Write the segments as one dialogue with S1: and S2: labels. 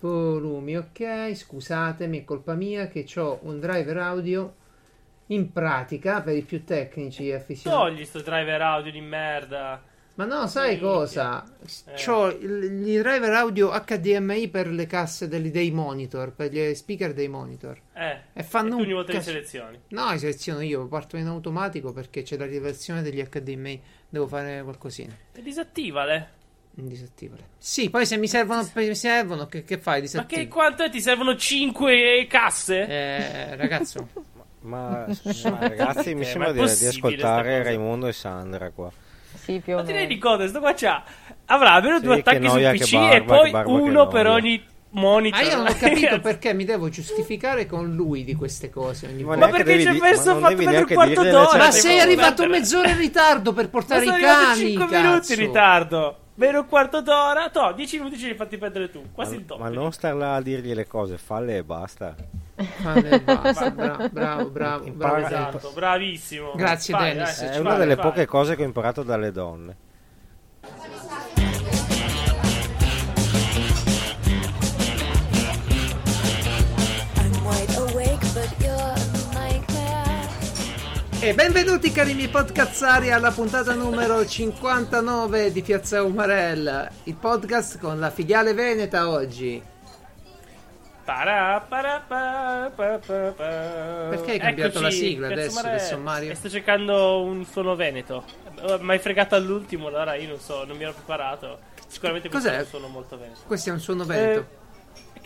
S1: Volumi, ok, scusatemi, è colpa mia che ho un driver audio in pratica per i più tecnici e affezionati.
S2: Togli sto driver audio di merda.
S1: Ma no, sai
S2: Minchia.
S1: cosa?
S2: Eh.
S1: C'ho il, i driver audio HDMI per le casse degli- dei monitor, per gli speaker dei monitor.
S2: Eh.
S1: E
S2: e
S1: fanno
S2: tu
S1: un
S2: ogni volta li
S1: cas-
S2: selezioni.
S1: No, li seleziono io, parto in automatico perché c'è la rilevazione degli HDMI, devo fare qualcosina.
S2: E disattivale.
S1: Disattivale. Sì, poi se mi servono, se mi servono che, che fai?
S2: Ma che
S1: Disattivo.
S2: quanto è? Ti servono 5 casse?
S1: Eh, ragazzo,
S3: Ma scusa, ma ragazzi, mi
S2: Eh,
S3: sembra
S2: ma è
S3: di, di
S2: possibile sta
S3: ascoltare
S2: cosa?
S3: Raimondo e Sandra qua.
S4: Sì, più o
S2: Ma ti rendi
S4: meno.
S2: conto, sto qua c'ha... Avrà almeno
S3: Sì,
S2: due
S3: che
S2: attacchi
S3: noia, che
S2: sul PC
S3: barba,
S2: e poi
S3: che barba, che
S2: uno per
S3: noia.
S2: ogni monitor.
S1: ah, io non ho capito perché mi devo giustificare con lui di queste cose ogni
S3: Ma
S1: volta.
S2: Ma
S3: neanche
S2: perché
S3: devi
S2: ci ha
S3: di-
S2: perso
S3: ma non
S2: fatto
S3: devi
S2: per un
S3: neanche
S2: quarto
S3: dirgliene,
S2: d'ora?
S3: cioè,
S1: Ma
S3: se
S1: sei arrivato
S2: Vabbè.
S1: mezz'ora in ritardo per
S2: Ma
S1: portare
S2: sono
S1: i
S2: arrivato
S1: cani.
S2: 5
S1: cazzo.
S2: minuti in ritardo. Meno un quarto d'ora. To, 10 minuti ce li hai fatti perdere tu. Quasi il
S3: Ma,
S2: doppio.
S3: ma non star là a dirgli le cose, falle e basta.
S1: Fanno e basta, bra- bravo, bravo, bravo.
S3: Impara-
S2: Esatto, bravissimo.
S1: Grazie,
S2: Vai,
S1: Dennis.
S2: dai,
S3: eh, È
S2: ci
S3: una
S2: vai,
S3: delle
S2: vai.
S3: poche cose che ho imparato dalle donne.
S5: I'm wide awake, but you're a nightmare.
S1: E benvenuti cari miei podcazzari alla puntata numero 59 di Piazza Umarella, il podcast con la filiale veneta oggi.
S2: Para, para, pa, pa, pa, pa.
S1: Perché hai cambiato
S2: Eccoci,
S1: la sigla
S2: Piazza
S1: adesso,
S2: Mare-
S1: adesso, Mario?
S2: E sto cercando un suono veneto. Eh, Mi hai fregato all'ultimo, allora io non so, non mi ero preparato. Sicuramente questo
S1: Cos'è?
S2: è un suono molto veneto.
S1: Questo è un suono vento.
S2: Eh,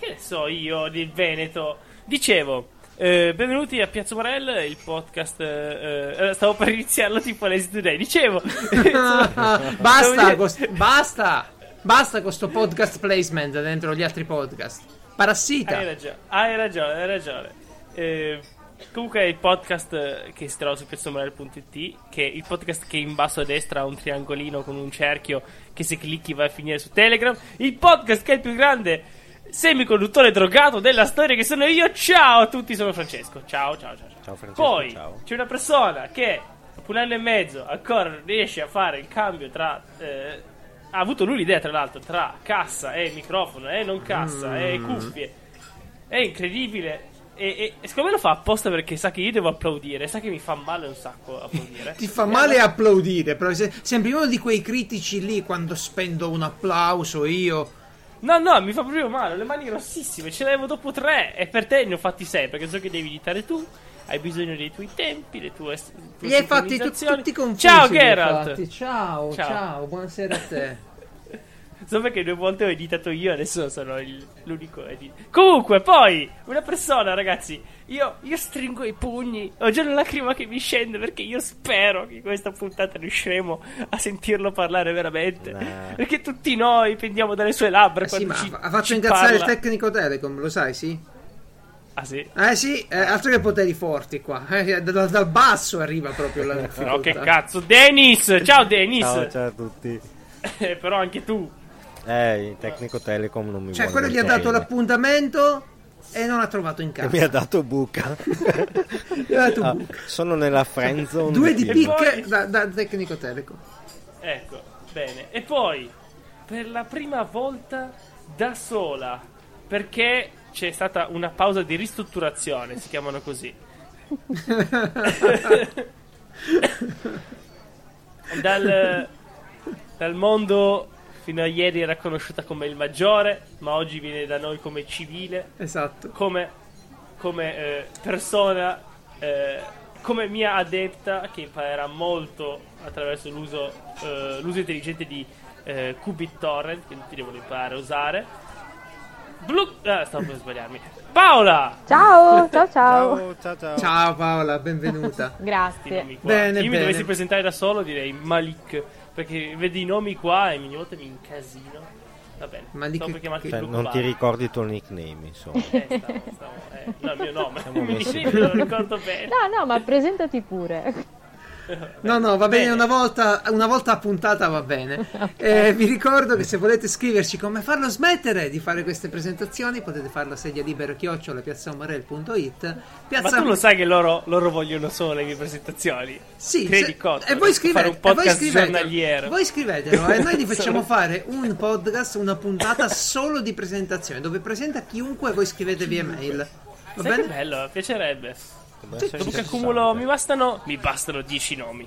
S2: che ne so io di Veneto? Dicevo, eh, benvenuti a Piazzo Morel, il podcast... eh, eh, stavo per iniziarlo tipo Lazy Today, dicevo... Eh,
S1: basta, cos- basta, basta con sto podcast placement dentro gli altri podcast.
S2: Hai
S1: Parassita.
S2: ragione, hai ragione, hai ragione. Eh, comunque è il podcast eh, che si trova su piazzomorel.it, che è il podcast che in basso a destra ha un triangolino con un cerchio che se clicchi va a finire su Telegram. Il podcast che è il più grande semiconduttore drogato della storia che sono io. Ciao a tutti, sono Francesco. Ciao, ciao, ciao.
S3: Ciao, Francesco,
S2: Poi
S3: ciao.
S2: c'è una persona che dopo un anno e mezzo ancora non riesce a fare il cambio tra... eh, ha avuto lui l'idea, tra l'altro, tra cassa e microfono e non cassa e
S3: Mm.
S2: cuffie. È incredibile. E, e- e secondo me lo fa apposta perché sa che io devo applaudire. Sa che mi fa male un sacco applaudire.
S1: Ti fa male applaudire, però se- sembri uno di quei critici lì quando spendo un applauso io.
S2: No, no, mi fa proprio male. Ho le mani grossissime. Ce l'avevo dopo tre. E per te ne ho fatti sei. Perché so che devi editare tu. Hai bisogno dei tuoi tempi, le tue. tue
S1: Li hai fatti tu-
S2: sincronizzazioni.
S1: tutti confusi.
S2: Ciao,
S1: li hai
S2: Geralt.
S1: fatti. Ciao, ciao,
S2: Ciao.
S1: buonasera a te.
S2: So perché due volte ho editato io, adesso sono il- l'unico edit. Comunque, poi, una persona, ragazzi, io, io stringo i pugni, ho già una lacrima che mi scende perché io spero che in questa puntata riusciremo a sentirlo parlare veramente.
S3: Nah.
S2: Perché tutti noi pendiamo dalle sue labbra
S1: Eh sì,
S2: quando
S1: ma
S2: ci,
S1: ha fatto
S2: ci
S1: incazzare il
S2: parla.
S1: tecnico Telecom, lo sai, sì?
S2: Ah sì?
S1: Eh sì, eh, altro che poteri forti qua. eh, da- dal basso arriva proprio la difficoltà.
S2: No, che cazzo. Dennis! Ciao Dennis!
S3: Ciao, ciao a tutti.
S2: Eh, però anche tu.
S3: Eh, il tecnico Telecom non mi
S1: Cioè,
S3: vuole
S1: quello gli ha dato
S3: bene.
S1: l'appuntamento e non ha trovato in
S3: E Mi
S1: casa.
S3: ha dato buca.
S1: Gli ha dato
S3: Ah,
S1: buca.
S3: sono nella friend zone.
S1: Due di
S3: tipo.
S2: picco.
S1: picche da, da tecnico Telecom.
S2: Ecco, bene. E poi, per la prima volta da sola, perché c'è stata una pausa di ristrutturazione, si chiamano così. dal, dal mondo fino a ieri era conosciuta come il maggiore, ma oggi viene da noi come civile
S1: Esatto.
S2: come, come, eh, persona, eh, come mia adepta che imparerà molto attraverso l'uso, eh, l'uso intelligente di eh, Qubit Torrent, che tutti devono imparare a usare. Blu- ah, stavo per sbagliarmi. Paola!
S4: Ciao, ciao, ciao.
S3: Ciao, ciao, ciao.
S1: Ciao Paola, benvenuta.
S2: Questi nomi
S4: Grazie.
S2: qua.
S1: Bene,
S2: Io mi
S1: bene.
S2: dovessi presentare da solo direi Malik, perché vedi i nomi qua e ogni volta mi incasino. Va bene,
S1: Malik-
S2: stavo per chiamarti
S3: Cioè,
S2: Blu
S3: non ti
S2: Cobalt.
S3: ricordi il tuo nickname, insomma.
S2: Eh, stavo- stavo- eh, no, il mio nome.
S3: Siamo
S2: Mi
S3: messi
S2: dici, non lo ricordo bene.
S4: No, no, ma presentati pure.
S1: No, no, va bene,
S2: Bene.
S1: Una, volta, una volta a puntata va bene. Eh, vi ricordo che se volete scriverci come farlo smettere di fare queste presentazioni potete farlo a sedia libero chiocciola piazzaomarel.it.
S2: Ma tu lo sai che loro, loro vogliono solo le mie presentazioni.
S1: Sì,
S2: Credi
S1: se-
S2: Cotto,
S1: e voi
S2: fare
S1: scrivete,
S2: un podcast
S1: e voi scrivetelo,
S2: giornaliero.
S1: voi scrivetelo e noi vi facciamo
S2: Solo-
S1: fare un podcast, una puntata solo di presentazione dove presenta chiunque e voi scrivete via mail. Va
S2: Sai che
S1: bene?
S2: bello, piacerebbe.
S3: Dovrebbe essere
S2: Dopo che
S3: interessante.
S2: accumulo, mi bastano, mi bastano 10 nomi.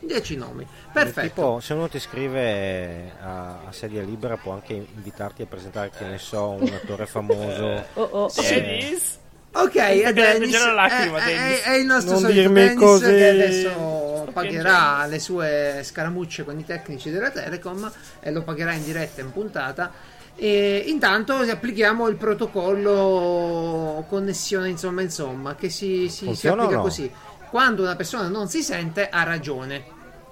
S1: 10 nomi.
S3: Del
S1: Perfetto.
S3: Tipo, se uno ti scrive a, a sedia libera può anche invitarti a presentare, che ne so, un attore famoso.
S4: Oh, oh, oh.
S2: Dennis,
S1: Ok, e
S2: Mi piace
S1: Dennis eh,
S2: la lacrima,
S1: è, è-
S2: Dennis.
S1: è il nostro
S3: Non
S1: solito
S3: dirmi
S1: Dennis
S3: così.
S1: che adesso pagherà
S2: piangendo.
S1: le sue scaramucce con i tecnici della Telecom e lo pagherà in diretta in puntata. E intanto applichiamo il protocollo connessione insomma insomma che si, si- si
S3: Funziona o
S1: applica
S3: no?
S1: così. Quando una persona non si sente ha ragione,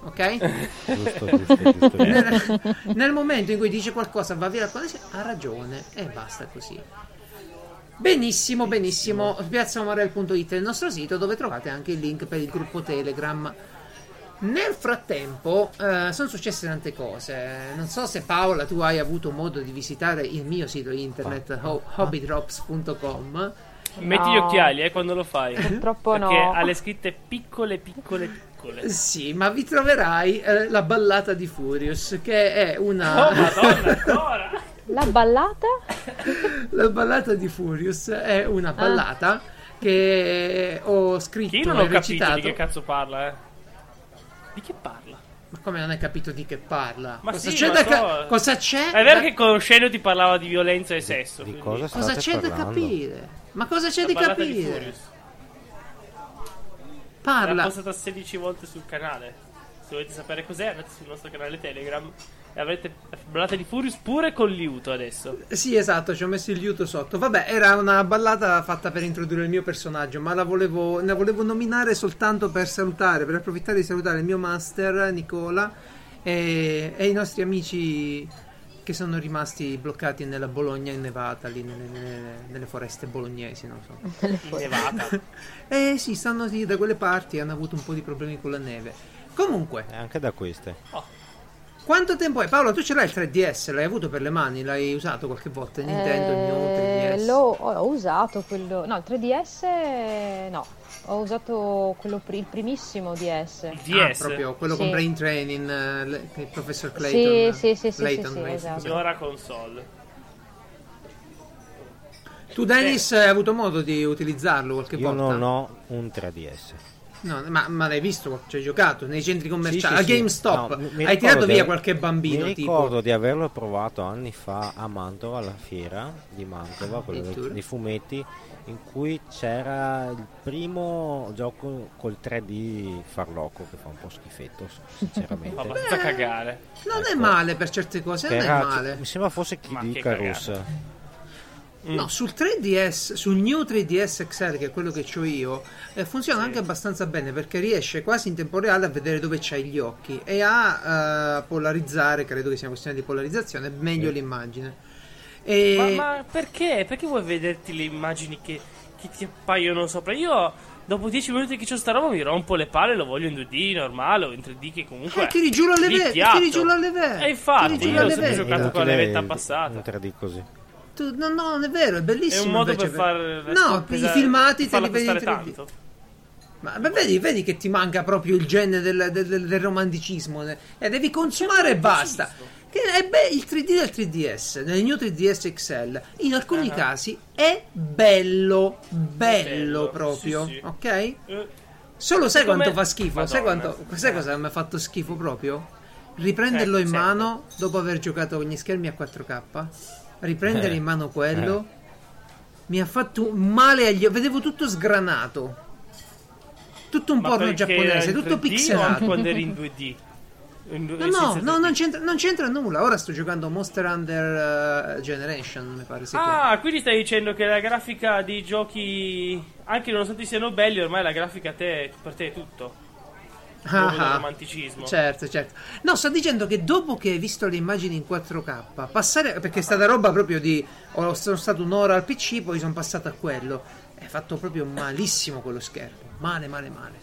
S1: ok?
S3: giusto, giusto, giusto. giusto.
S1: nel, nel momento in cui dice qualcosa va via la connessione ha ragione e basta così benissimo benissimo piazzamorel.it è il nostro sito dove trovate anche il link per il gruppo telegram nel frattempo eh, sono successe tante cose non so se Paola tu hai avuto modo di visitare il mio sito
S2: Ah,
S1: internet ho- hobbydrops.com
S2: metti gli
S4: No.
S2: occhiali eh, quando lo fai.
S4: Purtroppo
S2: Perché
S4: no.
S2: ha le scritte piccole, piccole, piccole.
S1: sì ma vi troverai eh, la ballata di Furious che è una
S2: Oh, madonna, ancora!
S4: La ballata?
S1: La ballata di Furious è una ballata che ho scritto
S2: Che io non
S1: e
S2: ho capito
S1: recitato.
S2: di che cazzo parla, eh. Di che parla?
S1: ma come non hai capito di che parla?
S2: Ma
S1: cosa,
S2: sì,
S1: c'è
S2: ma
S1: da
S2: so.
S1: ca- cosa c'è?
S2: È vero
S1: da-
S2: che con Scenio ti parlava di violenza e sesso.
S3: Di
S2: quindi-
S3: cosa state
S1: cosa c'è da
S3: parlando?
S1: capire? Ma cosa c'è
S2: La
S1: di
S2: ballata di
S1: capire?
S2: Furious. L'ha
S1: Parla.
S2: postata 16 volte sul canale. Se volete sapere cos'è, andate sul nostro canale Telegram e avrete ballate di Furious pure con liuto adesso.
S1: Sì, esatto, ci ho messo il liuto sotto. Vabbè, era una ballata fatta per introdurre il mio personaggio, ma la volevo, la volevo nominare soltanto per salutare, per approfittare di salutare il mio master Nicola e, e i nostri amici che sono rimasti bloccati nella Bologna innevata, lì nelle, nelle- nelle foreste bolognesi, non so.
S2: Nevata.
S1: Eh sì, stanno lì da quelle parti, hanno avuto un po' di problemi con la neve. Comunque,
S3: E Eh, anche da queste.
S1: quanto tempo è? Paolo, tu ce l'hai il 3DS, l'hai avuto per le mani, l'hai usato qualche volta? Nintendo, il
S4: Eh,
S1: mio 3DS.
S4: l'ho ho usato quello. No, il 3DS eh, no. Ho usato quello pri- il primissimo DS.
S2: Il
S1: Ah,
S2: DS.
S1: proprio quello con
S4: Sì.
S1: Brain Training, eh, le- che il professor Clayton.
S4: Sì, sì, sì, sì,
S1: Clayton,
S4: sì, sì,
S1: Clayton,
S4: esatto.
S2: Allora console.
S1: Tu, Dennis, hai avuto modo di utilizzarlo qualche
S3: Io
S1: volta?
S3: non ho un 3DS.
S1: No, ma, ma l'hai visto? Ci hai giocato nei centri commerciali,
S3: Sì,
S1: a
S3: sì, sì.
S1: GameStop.
S3: No, mi- mi
S1: hai
S3: ricordo
S1: tirato
S3: di-
S1: via qualche bambino,
S3: Mi
S1: tipo.
S3: ricordo di averlo provato anni fa a Mantova, alla fiera di Mantova, quello dei,
S1: Addirittura.
S3: dei fumetti, in cui c'era il primo gioco col 3D farloco, che fa un po' schifetto, sinceramente.
S1: Eh,
S2: Fa abbastanza cagare.
S1: Non è
S3: Ecco.
S1: male per certe cose,
S3: Che
S1: non
S3: era-
S1: è male.
S3: Mi sembra fosse Kid
S2: Ma che
S3: Icarus.
S2: Mm.
S1: No, sul 3DS, sul New 3DS XL, che è quello che ho io, eh, funziona anche abbastanza bene perché riesce quasi in tempo reale a vedere dove c'hai gli occhi e a eh, polarizzare, credo che sia una questione di polarizzazione, meglio l'immagine. E...
S2: Ma, ma perché? Perché vuoi vederti le immagini che, che ti appaiono sopra? Io dopo 10 minuti che c'ho sta roba mi rompo le palle, lo voglio in 2D normale o in 3D che comunque...
S1: Eh, tiri giù la leve-
S2: lì piatto.
S1: tiri giù la leve-
S2: E infatti,
S1: tiri giù
S2: io
S1: la
S2: ho
S1: leve-
S2: sempre giocato con la
S3: Inutile
S2: levetta
S3: il-
S2: passata.
S3: Un 3D così.
S1: Tu- no, no, non è vero, è bellissimo.
S2: È un modo
S1: invece
S2: per far...
S1: No, i
S2: pesare-
S1: filmati te
S2: farla
S1: li vedi in 3D.
S2: costare tanto.
S1: Ma beh, vedi, vedi che ti manca proprio il genere del, del- del- del romanticismo. ne- E devi consumare e basta. Che è be- il 3D del 3DS, nel new 3DS XL, in alcuni
S2: Ah.
S1: casi è bello, bello,
S2: Bello,
S1: proprio,
S2: sì, sì.
S1: ok?
S2: Eh,
S1: Solo sai
S2: Come-
S1: quanto fa schifo, sai,
S2: Madonna.
S1: quanto, sai cosa mi ha fatto schifo proprio? Riprenderlo
S2: Eh,
S1: in
S2: certo.
S1: mano dopo aver giocato con gli schermi a 4K, riprendere
S3: Eh,
S1: in mano quello
S2: Eh.
S1: mi ha fatto male agli occhi, vedevo tutto sgranato. Tutto un
S2: Ma
S1: porno
S2: perché era
S1: giapponese,
S2: in
S1: tutto
S2: 3D o anche
S1: pixelato.
S2: quando eri in 2D. In due-
S1: No,
S2: in
S1: no,
S2: senza
S1: no,
S2: 3D.
S1: non c'entra, non c'entra nulla. Ora sto giocando Monster Hunter eh, Generation, mi pare si chiami.
S2: Ah, quindi stai dicendo che la grafica dei giochi, anche nonostante siano belli, ormai la grafica a te, per te è tutto.
S1: Ah,
S2: Proprio del romanticismo.
S1: Certo, certo. No, sto dicendo che dopo che hai visto le immagini in 4K, passare perché è stata roba proprio di ho- sono stato un'ora al PC, poi sono passato a quello. È fatto proprio malissimo quello schermo, male, male, male.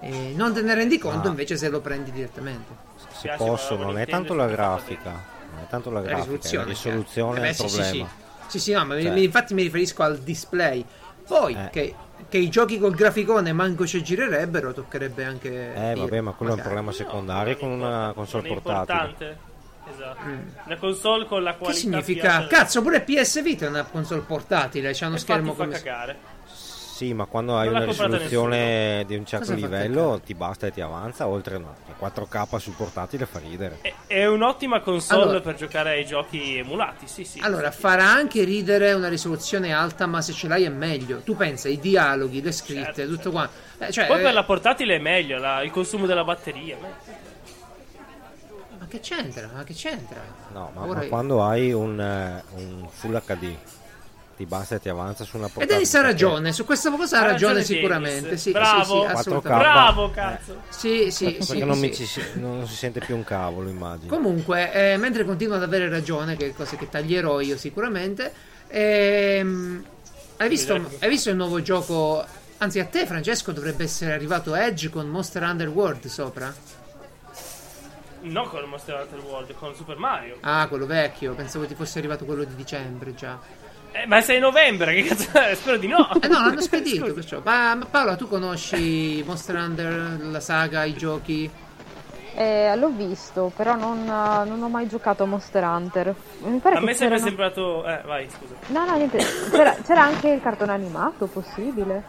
S1: Eh, non te ne rendi conto
S3: Ah.
S1: invece se lo prendi direttamente.
S3: Se
S2: piace,
S3: posso,
S2: ma
S3: non è
S2: Nintendo
S3: tanto
S2: è
S3: la
S2: stata fatta
S3: grafica, non è tanto la
S1: La
S3: grafica, è la
S1: risoluzione.
S3: risoluzione
S1: eh.
S3: è
S1: Beh,
S3: il
S1: sì, sì, sì.
S3: problema.
S1: Sì, sì, no, ma mi-
S3: Cioè.
S1: mi- infatti mi riferisco al display. Poi
S3: Eh.
S1: che, che i giochi col graficone manco ci girerebbero, toccherebbe anche.
S3: Eh vabbè, ma quello è un problema secondario con una console portatile.
S2: Importante. Esatto. Una console con la
S1: Mm. Che
S2: qualità
S1: significa?
S2: piace-
S1: Cazzo, pure PS Vita è una console portatile, c'ha uno
S2: Infatti
S1: schermo
S2: fa
S1: come.
S2: cagare.
S3: Sì, ma quando hai
S2: l'ha
S3: una
S2: comprata
S3: risoluzione di un certo
S1: Cosa fa
S3: livello ti basta e ti avanza, oltre no, la 4K sul portatile fa ridere.
S2: È, è un'ottima console
S1: Allora-
S2: per giocare ai giochi emulati, sì, sì.
S1: Allora, farà anche ridere una risoluzione alta, ma se ce l'hai è meglio. Tu pensa, i dialoghi, le scritte,
S2: Certo,
S1: tutto qua. Eh, cioè,
S2: Poi
S1: eh,
S2: per la portatile è meglio la- il consumo della batteria. ma-
S1: Ma che c'entra? Ma che c'entra?
S3: No, ma, ma
S1: Ora-
S3: quando hai un, eh, un Full HD ti basta e ti avanza su una
S1: E
S3: portatile.
S1: Eh, Dennis ha ragione, su questa cosa ha ragione,
S2: ragione
S1: sicuramente.
S2: Dennis.
S1: Sì,
S2: Bravo.
S1: sì, sì,
S2: 4K.
S1: assolutamente.
S2: Bravo, cazzo.
S1: Sì, sì,
S3: Perché
S1: sì,
S3: non,
S1: sì.
S3: mi ci si- non si sente più un cavolo, immagino.
S1: Comunque, eh, mentre continuo ad avere ragione, che cose che taglierò io sicuramente, ehm, hai, visto, hai visto il nuovo gioco? Anzi, a te, Francesco, dovrebbe essere arrivato Edge con Monster Underworld sopra?
S2: No con Monster Hunter World, con Super Mario.
S1: Ah, quello vecchio, pensavo ti fosse arrivato quello di dicembre già.
S2: Eh, ma sei novembre, che cazzo è? Spero di no.
S1: Eh no, l'hanno spedito,
S2: Scusa.
S1: perciò. Ma, ma Paola, tu conosci Monster Hunter, la saga, i giochi?
S4: Eh, l'ho visto, però non, eh, non ho mai giocato a Monster Hunter. Mi pare
S2: A
S4: che
S2: me è sempre
S4: c'erano-
S2: sembrato... Eh, vai, scusa.
S4: No, no, niente. C'era, c'era anche il cartone animato possibile.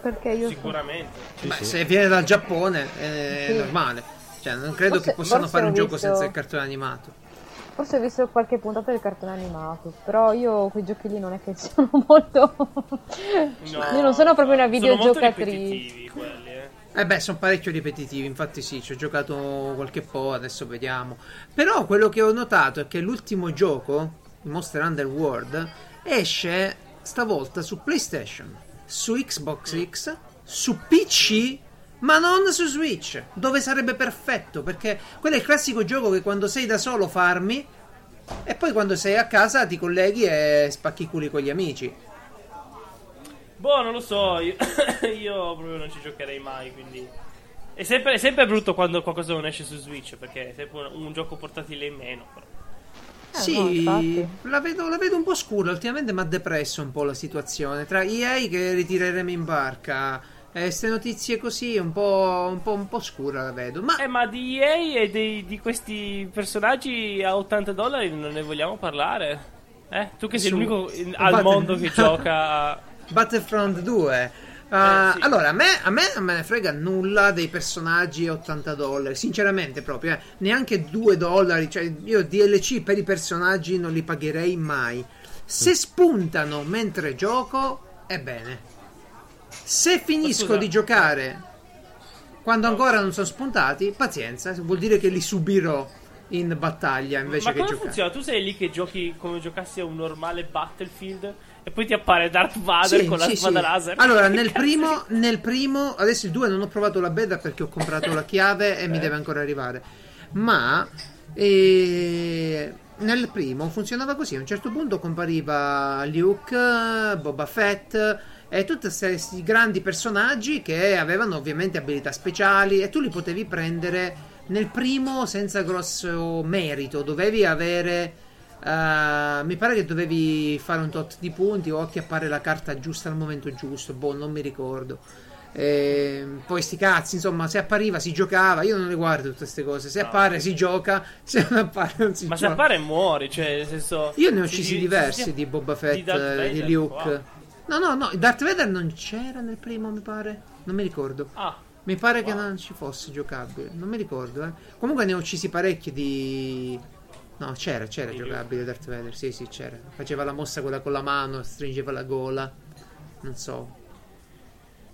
S4: Perché io.
S2: Sicuramente.
S3: Sì,
S1: Beh,
S3: sì.
S1: se viene dal Giappone è
S4: Sì.
S1: normale. Cioè, non credo
S4: Forse-
S1: che possano
S4: forse
S1: fare un
S4: ho
S1: gioco
S4: visto-
S1: senza il cartone animato.
S4: Forse ho visto qualche puntata del cartone animato. Però io quei giochi lì non è che sono molto.
S2: No,
S4: io non sono proprio una
S2: Sono molto
S4: videogiocatrice.
S2: ripetitivi quelli, eh.
S1: Eh beh, sono parecchio ripetitivi, infatti sì, ci ho giocato qualche po', adesso vediamo. Però quello che ho notato è che l'ultimo gioco, Monster Hunter World, esce stavolta su PlayStation, su Xbox X, su PC, ma non su Switch, dove sarebbe perfetto, perché quello è il classico gioco che quando sei da solo farmi e poi quando sei a casa ti colleghi e spacchi i culi con gli amici.
S2: Boh, non lo so, io, io proprio non ci giocherei mai, quindi... È sempre, è sempre brutto quando qualcosa non esce su Switch, perché è sempre un, un gioco portatile in meno. però.
S4: Eh, no,
S1: Sì,
S4: infatti.
S1: la, vedo, la vedo un po' scura. Ultimamente mi ha depresso un po' la situazione. Tra EA che ritireremo in barca, queste notizie così, un po', un, po', un po' scura la vedo. Ma
S2: Eh, ma di EA e dei- di questi personaggi a 80 dollari non ne vogliamo parlare? Eh? Tu che sei
S1: Su-
S2: l'unico in-
S1: su
S2: al
S1: Batman.
S2: mondo che gioca... a-
S1: Battlefront 2. uh,
S2: Eh, sì.
S1: Allora, a me, a me non me ne frega nulla dei personaggi a 80 dollari, sinceramente proprio, eh. neanche 2 dollari, cioè io DLC per i personaggi non li pagherei mai. Se spuntano mentre gioco, è bene. Se finisco
S2: scusa.
S1: di giocare quando ancora non sono spuntati, pazienza, vuol dire che li subirò in battaglia invece
S2: Ma
S1: che
S2: come
S1: giocare.
S2: funziona? Tu sei lì che giochi come giocassi a un normale Battlefield e poi ti appare Darth Vader
S1: Sì,
S2: con la
S1: sì,
S2: spada
S1: sì.
S2: laser.
S1: Allora,
S2: Che
S1: nel
S2: cazzo
S1: primo, nel primo, adesso il 2 non ho provato la beta perché ho comprato la chiave e mi
S2: Eh.
S1: deve ancora arrivare. Ma eh, nel primo funzionava così: a un certo punto compariva Luke, Boba Fett. E tutti questi grandi personaggi che avevano ovviamente abilità speciali e tu li potevi prendere nel primo senza grosso merito, dovevi avere. eh, mi pare che dovevi fare un tot di punti o acchiappare la carta giusta al momento giusto. Boh, non mi ricordo. Ehm, poi sti cazzi, insomma, se appariva si giocava. Io non le guardo tutte queste cose. Se appare si gioca, se non appare non si
S2: Ma se
S1: gioca.
S2: appare muori, cioè, nel senso...
S1: Io ne ho
S2: se
S1: uccisi
S2: ti-
S1: diversi
S2: se ti-
S1: di Boba Fett, eh, di,
S2: Darth Vader,
S1: Luke.
S2: wow.
S1: No, no, no, Darth Vader non c'era nel primo, mi pare. Non mi ricordo.
S2: Ah,
S1: Mi pare che
S2: Wow.
S1: non ci fosse giocabile, non mi ricordo. Eh. Comunque ne ho uccisi parecchi di... No, c'era, c'era
S2: Di
S1: giocabile Darth Vader, sì, sì, c'era. Faceva la mossa quella con la mano, stringeva la gola. Non so.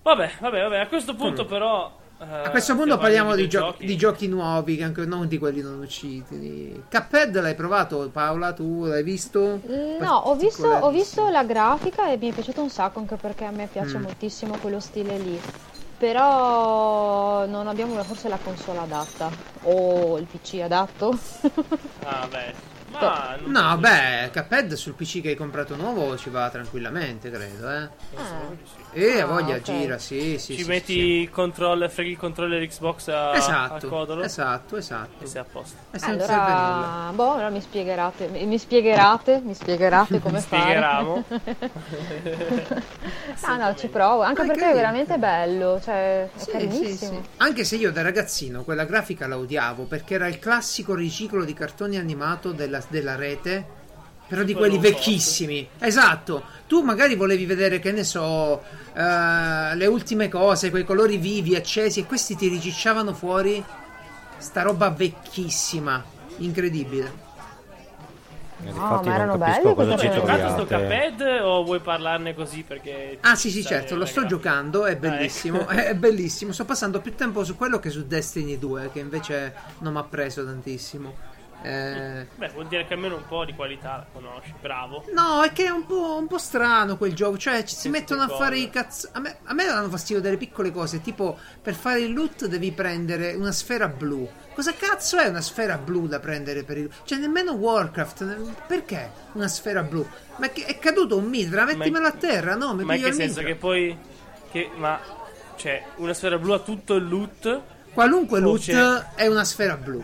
S2: vabbè, vabbè, vabbè, a questo punto però...
S1: Mm.
S2: eh,
S1: A questo punto parliamo di, gio- di giochi nuovi, che anche non di quelli non uccisi. Cuphead l'hai provato Paola, tu l'hai visto?
S4: No, ho visto, ho visto
S1: Particolarissimo.
S4: la grafica e mi è piaciuto un sacco anche perché a me piace
S1: Mm.
S4: moltissimo quello stile lì. Però non abbiamo forse la console adatta o il PC adatto.
S2: Ah, beh.
S4: tutto.
S2: Ah, non
S1: No,
S2: so-
S1: beh, Cuphead sul PC che hai comprato nuovo ci va tranquillamente, credo, eh.
S2: non so, sì, sì.
S1: E a
S4: Ah,
S1: voglia
S4: ok.
S1: gira, sì, sì.
S2: Ci
S1: sì,
S2: metti
S1: sì,
S2: il controller, freghi il controller Xbox a,
S1: sì.
S2: a
S1: Esatto,
S2: codolo
S1: esatto, esatto.
S2: e sei a posto.
S1: E se non serve nulla.
S4: Allora, boh, allora mi spiegherate, mi mi spiegherate, mi spiegherate come fare.
S2: Spiegheramo.
S4: Ah no, ci provo, anche
S1: Ah,
S4: perché
S1: carino.
S4: è veramente bello, cioè è
S1: Sì, sì,
S4: carinissimo.
S1: sì. Anche se io da ragazzino quella grafica la odiavo perché era il classico riciclo di cartoni animato della, della rete. Però di
S2: Tipo
S1: quelli
S2: Robot.
S1: vecchissimi, esatto. Tu magari volevi vedere, che ne so, eh, le ultime cose, quei colori vivi, accesi, e questi ti ricicciavano fuori sta roba vecchissima, incredibile.
S3: E
S4: No, ma erano
S3: Eh, non
S4: belli
S3: capisco cosa
S4: questi
S3: ci
S2: Hai
S4: giochi.
S2: giocato sto
S3: troviate.
S2: Cuphead o vuoi parlarne così perché...
S1: Ah sì sì
S2: sai,
S1: certo, lo sto
S2: ragazzi.
S1: giocando, è bellissimo,
S2: ecco.
S1: è bellissimo, sto passando più tempo su quello che su Destiny 2 che invece non mi ha preso tantissimo. Eh,
S2: Beh, vuol dire che almeno un po' di qualità la conosci, bravo.
S1: No, è che è un po', un po' strano quel gioco, cioè ci si
S2: Sì,
S1: mettono a
S2: sì,
S1: fare i
S2: ricordo.
S1: cazzo... A me, a me danno fastidio delle piccole cose, tipo per fare il loot devi prendere una sfera blu. Cosa cazzo è una sfera blu da prendere per il... Cioè nemmeno Warcraft, ne- perché una sfera blu? Ma che è caduto un mitra, mettimelo a terra, no? Mi
S2: Ma in
S1: piglio
S2: che
S1: il
S2: senso
S1: mitra.
S2: che poi... Che, ma... Cioè, una sfera blu ha tutto il loot.
S1: Qualunque
S2: Oh,
S1: loot
S2: c'è.
S1: è una sfera blu.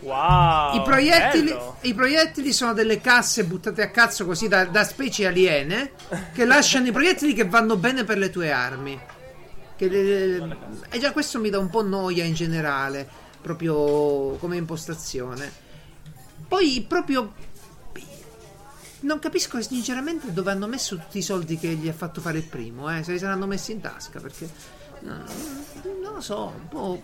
S2: Wow!
S1: I proiettili,
S2: Ah, bello.
S1: I proiettili sono delle casse buttate a cazzo così da, da specie aliene che lasciano i proiettili che vanno bene per le tue armi. Che le- e già questo mi dà un po' noia in generale, proprio come impostazione. Poi proprio... Non capisco sinceramente dove hanno messo tutti i soldi che gli ha fatto fare il primo, eh, se li saranno messi in tasca perché... no, non lo so, un po'...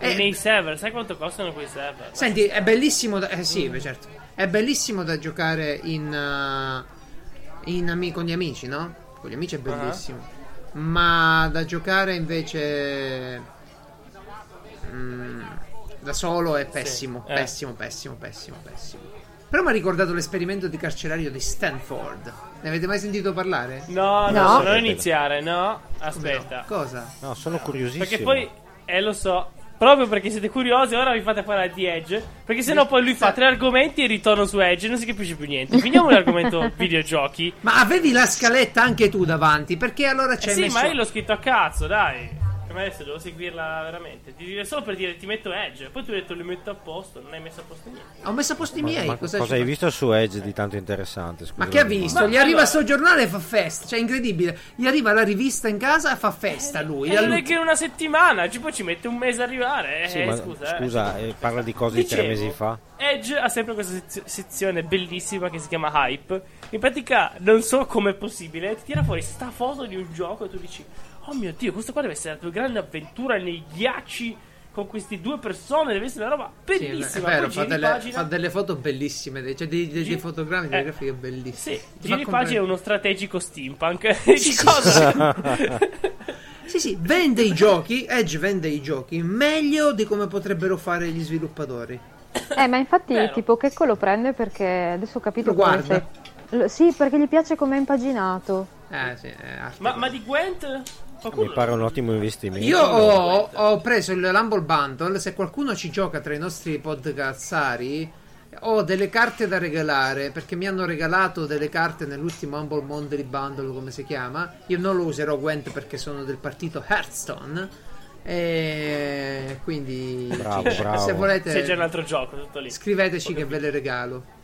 S2: E
S1: eh,
S2: nei server, sai quanto costano quei server?
S1: Senti, è bellissimo da, eh, sì, beh, certo. È bellissimo da giocare in, eh, in ami- con gli amici, no? Con gli amici è bellissimo.
S2: Uh-huh.
S1: Ma da giocare invece mm, da solo è pessimo,
S2: eh.
S1: pessimo, pessimo, pessimo, pessimo. Però mi ha ricordato l'esperimento di carcerario di Stanford. Ne avete mai sentito parlare?
S2: No,
S4: No.
S2: no, non iniziare, no. Aspetta.
S1: No. Cosa?
S3: No, sono curiosissimo.
S2: Perché poi, eh lo so, proprio perché siete curiosi, ora vi fate parlare di Edge. Perché sennò poi lui fa tre argomenti e ritorno su Edge e non si capisce più niente. Finiamo l'argomento videogiochi.
S1: Ma avevi la scaletta anche tu davanti? Perché allora c'è
S2: Eh sì,
S1: messo...
S2: ma io l'ho scritto a cazzo, dai. Ma adesso devo seguirla veramente. Ti dire solo per dire ti metto Edge. Poi tu hai detto li metto a posto, non hai messo a posto niente.
S1: Ho messo a posto i
S3: Ma-
S1: miei.
S3: ma
S1: cosa
S3: cosa,
S1: ci-
S3: hai visto su Edge di tanto interessante? Scusa
S1: Ma che ha
S3: la
S1: visto?
S3: domanda.
S1: gli arriva
S2: allora-
S1: sto giornale e fa festa. Cioè, è incredibile. Gli arriva la rivista in casa e fa festa lui.
S2: E lo
S1: all'ultimo.
S2: leggo in una settimana, ci- poi ci mette un mese a arrivare. Eh,
S3: Sì, ma
S2: scusa. eh.
S3: eh, parla di cose di
S2: Dicevo,
S3: tre mesi fa.
S2: Edge ha sempre questa sez- sezione bellissima che si chiama Hype. In pratica, non so com'è possibile, ti tira fuori sta foto di un gioco e tu dici: Oh mio dio, questo qua deve essere la tua grande avventura nei ghiacci con queste due persone. Deve essere una roba
S1: Sì, è
S2: bellissima. Poi
S1: vero, fa
S2: giri
S1: delle,
S2: pagina-
S1: fa delle foto bellissime. dei- Cioè, dei, dei, dei
S2: Gi-
S1: fotogrammi, delle
S2: eh,
S1: grafiche bellissime.
S2: Sì,
S1: Ti fa
S2: giri pagina è
S1: comprendere-
S2: uno strategico steampunk. di cosa?
S1: Sì, sì, vende i giochi. Edge vende i giochi meglio di come potrebbero fare gli sviluppatori.
S4: Eh, ma infatti,
S2: Vero.
S4: tipo, Checco lo prende perché adesso ho capito
S1: Lo
S4: come
S1: guarda.
S4: sei- lo- Sì, perché gli piace come è impaginato.
S1: Eh, sì, è arte.
S2: ma, ma di Gwent? Qualcuno
S3: Mi pare un ottimo investimento.
S1: Io ho, ho preso il Rumble Bundle. Se qualcuno ci gioca tra i nostri podcazzari, ho delle carte da regalare perché mi hanno regalato delle carte nell'ultimo Humble Monthly Bundle, come si chiama. Io non lo userò Gwent perché sono del partito Hearthstone. E quindi
S3: Bravo,
S1: se
S3: bravo.
S2: Se c'è un
S1: volete
S2: altro gioco, tutto lì.
S1: scriveteci che ve le regalo.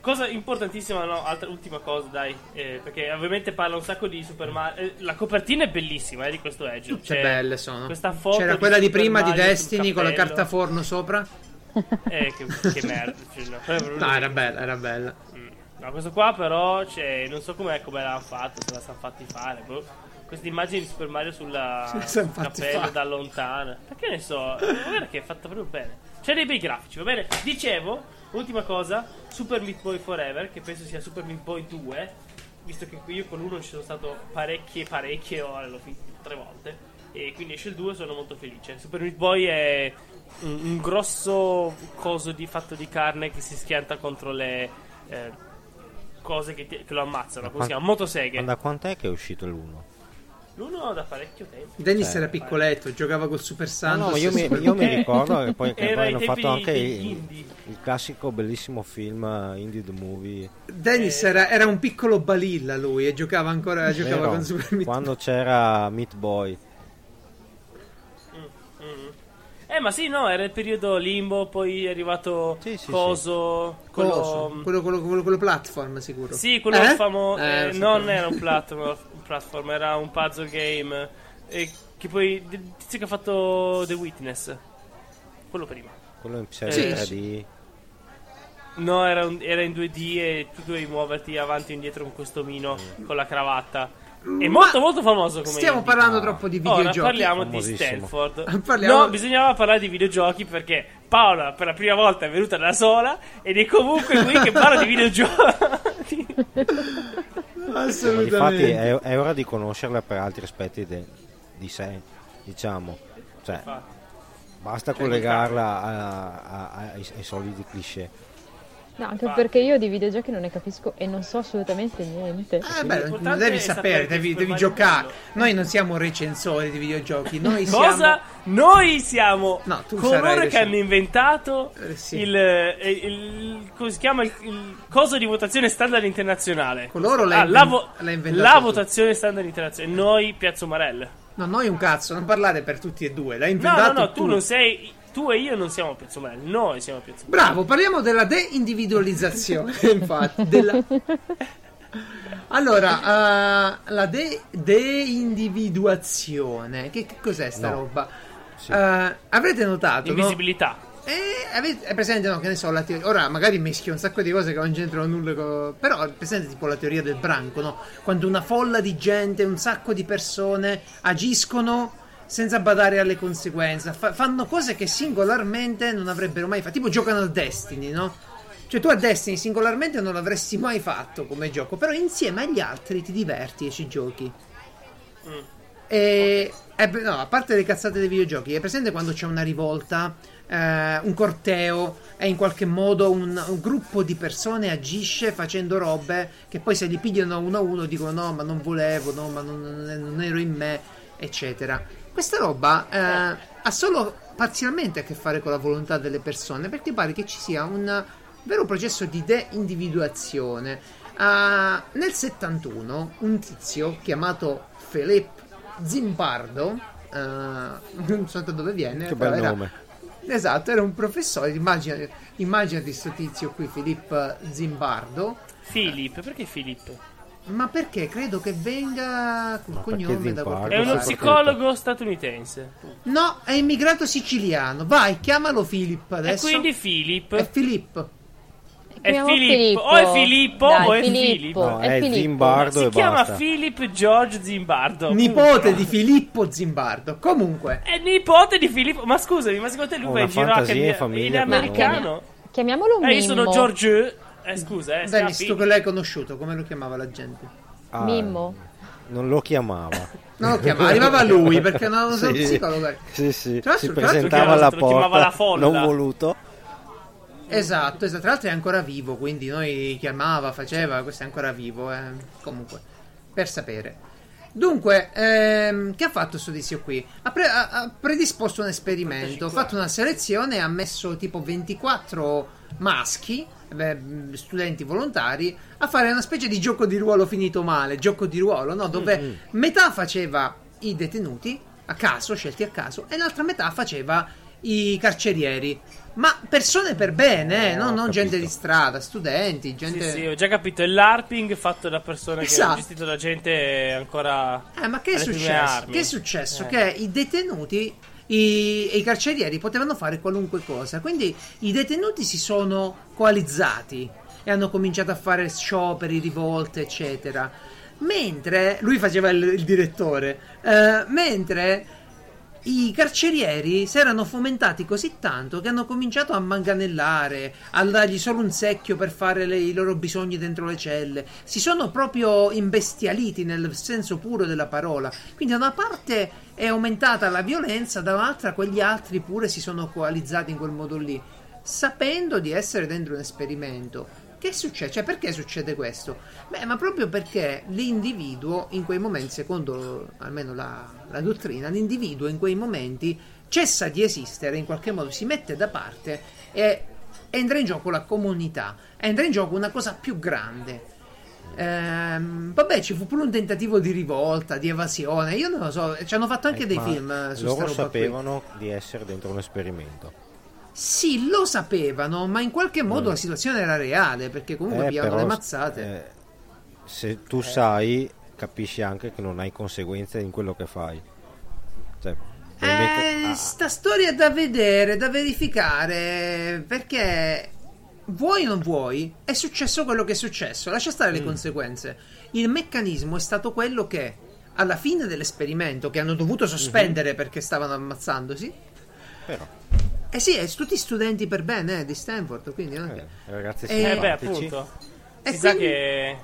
S2: Cosa importantissima, no, altra, ultima cosa, dai, eh, perché ovviamente parla un sacco di Super Mario. eh, la copertina è bellissima, eh, di questo Edge.
S1: Tutte
S2: C'è
S1: belle sono.
S2: Questa foto
S1: C'era quella di
S2: Super
S1: prima di
S2: Mario sul
S1: Destiny con la
S2: cappello.
S1: carta forno sopra.
S2: Eh, che, che merda. cioè, no, però-
S1: No, era bella, era bella.
S2: Mm. No, questo qua però, cioè, non so com'è, come l'hanno fatto, se la sono fatti fare, boh. Queste immagini di Super Mario sulla
S1: Se la son
S2: sul
S1: fatti
S2: cappello
S1: fare.
S2: da lontano. Perché ne so, guarda che è fatta proprio bene. C'è dei bei grafici, va bene? Dicevo, ultima cosa, Super Meat Boy Forever, che penso sia Super Meat Boy 2, visto che io con l'uno ci sono stato parecchie, parecchie ore, l'ho finito tre volte. E quindi esce il 2 sono molto felice. Super Meat Boy è un, un grosso coso di fatto di carne che si schianta contro le eh, cose che, ti- che lo ammazzano. Così, a motoseghe.
S3: Ma da quant'è che è uscito l'1?
S2: L'uno da parecchio tempo.
S1: Dennis
S3: Cioè,
S1: era piccoletto, giocava col Super
S3: Ah,
S1: Santos.
S3: no, ma io, mi,
S1: Super-
S3: io mi
S2: Eh,
S3: ricordo che poi, che
S2: era
S3: poi
S2: ai
S3: hanno
S2: tempi
S3: fatto anche
S2: degli
S3: il,
S2: indie.
S3: il classico bellissimo film eh, Indie the Movie.
S1: Dennis
S2: eh.
S1: era, era un piccolo balilla lui e giocava ancora giocava
S3: Vero?
S1: con Super Meat
S3: quando c'era Meat Boy.
S2: Mm. Eh, ma sì, no, era il periodo limbo, poi è arrivato
S3: Sì, sì,
S2: Coso, quello...
S1: Coso, quello, quello, quello, quello platform sicuro.
S2: Sì, quello
S1: Eh?
S2: famoso.
S1: Eh, lo sapevo.
S2: non era un platform, un platform, era un puzzle game. eh, che poi. Il tizio che ha fatto The Witness. Quello prima.
S3: Quello in serie
S1: Sì,
S3: 3D.
S2: No, era, un- era in 2D e tu dovevi muoverti avanti e indietro con questo mino con la cravatta. È
S1: Mm. Ma
S2: molto, molto famoso come.
S1: Stiamo
S2: indie.
S1: parlando troppo di
S2: Ora
S1: videogiochi.
S2: parliamo di
S3: Famosissimo.
S2: Stanford.
S1: Parliamo-
S2: No, bisognava parlare di videogiochi perché Paola per la prima volta è venuta da sola ed è comunque qui che parla di videogiochi.
S3: Ma difatti
S1: Assolutamente.
S3: è, è ora di conoscerla per altri aspetti de- di sé, diciamo. Cioè, basta
S2: Cioè,
S3: collegarla a- a- a- ai, ai soliti cliché.
S4: No, anche perché io di videogiochi non ne capisco e non so assolutamente niente.
S1: Eh, beh,
S2: L'importante
S1: devi
S2: è
S1: sapere,
S2: sapere che
S1: devi,
S2: Super
S1: devi
S2: Mario
S1: giocare.
S2: è bello.
S1: Noi non siamo recensori di videogiochi, noi siamo
S2: Cosa? Noi siamo
S1: No, tu sarai
S2: coloro che
S1: recente.
S2: hanno inventato
S1: Eh, sì.
S2: il, eh, il- come si chiama il, il coso di votazione standard internazionale. Ah,
S1: Coloro l'ha inven-
S2: la, vo-
S1: l'ha inventato
S2: la
S1: tu.
S2: votazione standard internazionale. Noi Piazzo Marelle.
S1: No, noi un cazzo, non parlare per tutti e due. L'hai
S2: No, no,
S1: inventato
S2: no, tu,
S1: tu.
S2: non sei tu e io non siamo Piazzo Marelle, noi siamo Piazzo Marelle.
S1: Bravo, parliamo della de-individualizzazione, infatti. della- Allora, eh, la de- de-individuazione, che, che cos'è sta
S3: No.
S1: roba?
S3: Sì.
S1: Eh, avrete notato, no?
S2: Invisibilità.
S1: Eh, avete- è presente, no, che ne so, la teoria. Ora magari mischio un sacco di cose che non c'entrano nulla. co- Però è presente tipo la teoria del branco, no? Quando una folla di gente, un sacco di persone agiscono senza badare alle conseguenze, fa- fanno cose che singolarmente non avrebbero mai fatto. Tipo giocano al Destiny, no? Cioè, tu a Destiny singolarmente non l'avresti mai fatto come gioco, però insieme agli altri ti diverti e ci giochi. E, eh, beh, no, a parte le cazzate dei videogiochi, è presente quando c'è una rivolta, eh, un corteo, e in qualche modo un, un gruppo di persone agisce facendo robe che poi se li pigliano uno a uno dicono no, ma non volevo, no, ma non, non- non ero in me, eccetera. Questa roba eh, ha solo parzialmente a che fare con la volontà delle persone, perché pare che ci sia un vero processo di de-individuazione. Ah, nel 71 un tizio chiamato Felipe Zimbardo, eh, non so da dove viene,
S3: Che
S1: però
S3: bel
S1: era-
S3: nome.
S1: Esatto, era un professore, immagina, immagina di sto tizio qui, Filippo Zimbardo,
S2: Filippo, perché Filippo?
S1: ma perché credo che venga col
S3: Ma perché
S1: cognome da qualche
S3: Zimbardo?
S2: È uno
S3: Cosa?
S2: psicologo statunitense.
S1: No, è immigrato siciliano, vai, chiamalo Filippo adesso.
S2: E quindi Filippo
S1: È
S3: Eh,
S1: Filippo.
S2: è
S4: Chiamiamo
S2: Filippo.
S1: Oh,
S2: O è Filippo
S4: Dai,
S2: o è
S4: Filippo.
S2: Filippo.
S3: No, è
S4: Filippo.
S3: Zimbardo.
S2: Si
S3: e
S2: chiama
S3: basta.
S2: Philip George Zimbardo.
S1: Nipote di Filippo Zimbardo. Comunque,
S2: È nipote di Filippo. Ma scusami, ma secondo te lui
S3: Ho
S2: va in
S3: una
S2: giro anche
S3: fantasia in
S2: in,
S3: famiglia
S2: in
S3: per lui.
S2: americano?
S4: Chiamiamolo Mimmo.
S2: Eh, io sono George. Eh, scusa, eh, si chiama
S1: Dennis, tu
S2: Philip.
S1: che l'hai conosciuto, come lo chiamava la gente?
S3: Ah,
S4: Mimmo.
S3: Non lo chiamava.
S1: Non lo chiamava, arrivava lui perché non lo so
S3: Sì.
S1: psicologo.
S3: Sì, sì.
S1: Tra l'altro-
S3: Si
S1: tra l'altro
S3: presentava
S2: che
S3: alla
S2: lo chiamava
S3: porta,
S2: la folla.
S3: non voluto.
S1: Esatto, esatto. Tra l'altro è ancora vivo, quindi noi chiamava, faceva, questo è ancora vivo. eh. Comunque, per sapere. Dunque, ehm, che ha fatto questo tizio qui? Ha, pre- ha- ha predisposto un esperimento, ha fatto una selezione, ha messo tipo 24 maschi, beh, studenti volontari, a fare una specie di gioco di ruolo finito male, gioco di ruolo, no? Dove metà faceva i detenuti, a caso, scelti a caso, e l'altra metà faceva i carcerieri. Ma persone per bene, eh, no?
S3: ho
S1: non gente
S3: capito.
S1: di strada, studenti,
S2: Sì,
S1: gente...
S2: sì, ho già capito. È l'ARPing fatto da persone che
S1: Esatto.
S2: hanno gestito da gente ancora.
S1: Eh, ma che è
S2: alle prime
S1: successo?
S2: armi.
S1: Che è successo?
S2: Eh.
S1: Che i detenuti i- e i carcerieri potevano fare qualunque cosa. Quindi i detenuti si sono coalizzati e hanno cominciato a fare scioperi, rivolte, eccetera. Mentre lui faceva il, il direttore, eh, mentre i carcerieri si erano fomentati così tanto che hanno cominciato a manganellare, a dargli solo un secchio per fare le- i loro bisogni dentro le celle. Si sono proprio imbestialiti nel senso puro della parola. Quindi da una parte è aumentata la violenza, dall'altra quegli altri pure si sono coalizzati in quel modo lì, sapendo di essere dentro un esperimento. Che che succede? Cioè, perché succede questo? Beh, ma proprio perché l'individuo in quei momenti, secondo almeno la, la dottrina, l'individuo in quei momenti cessa di esistere in qualche modo, si mette da parte e entra in gioco la comunità, entra in gioco una cosa più grande. Ehm, vabbè, ci fu pure un tentativo di rivolta, di evasione. Io non lo so, ci hanno fatto anche
S3: Eh,
S1: dei
S3: ma
S1: film eh, su sta
S3: Loro
S1: roba qui.
S3: sapevano di essere dentro un esperimento.
S1: Sì, lo sapevano, ma in qualche modo
S3: Mm.
S1: la situazione era reale, perché comunque
S3: Eh,
S1: pigliavano
S3: però,
S1: le mazzate. Eh.
S3: eh, se tu sai, capisci anche che non hai conseguenze in quello che fai. Cioè,
S1: Eh,
S3: puoi mettere- ah,
S1: sta storia è da vedere, da verificare, perché vuoi o non vuoi, è successo quello che è successo, lascia stare
S3: Mm.
S1: le conseguenze. Il meccanismo è stato quello che, alla fine dell'esperimento, che hanno dovuto sospendere perché stavano ammazzandosi,
S3: Mhm. però,
S1: eh sì, e tutti studenti per bene eh, di Stanford, quindi non è che-
S3: eh, ragazzi
S1: Eh,
S2: Eh beh,
S3: simpatici.
S2: appunto.
S1: E
S2: si sa
S1: quindi-
S2: che...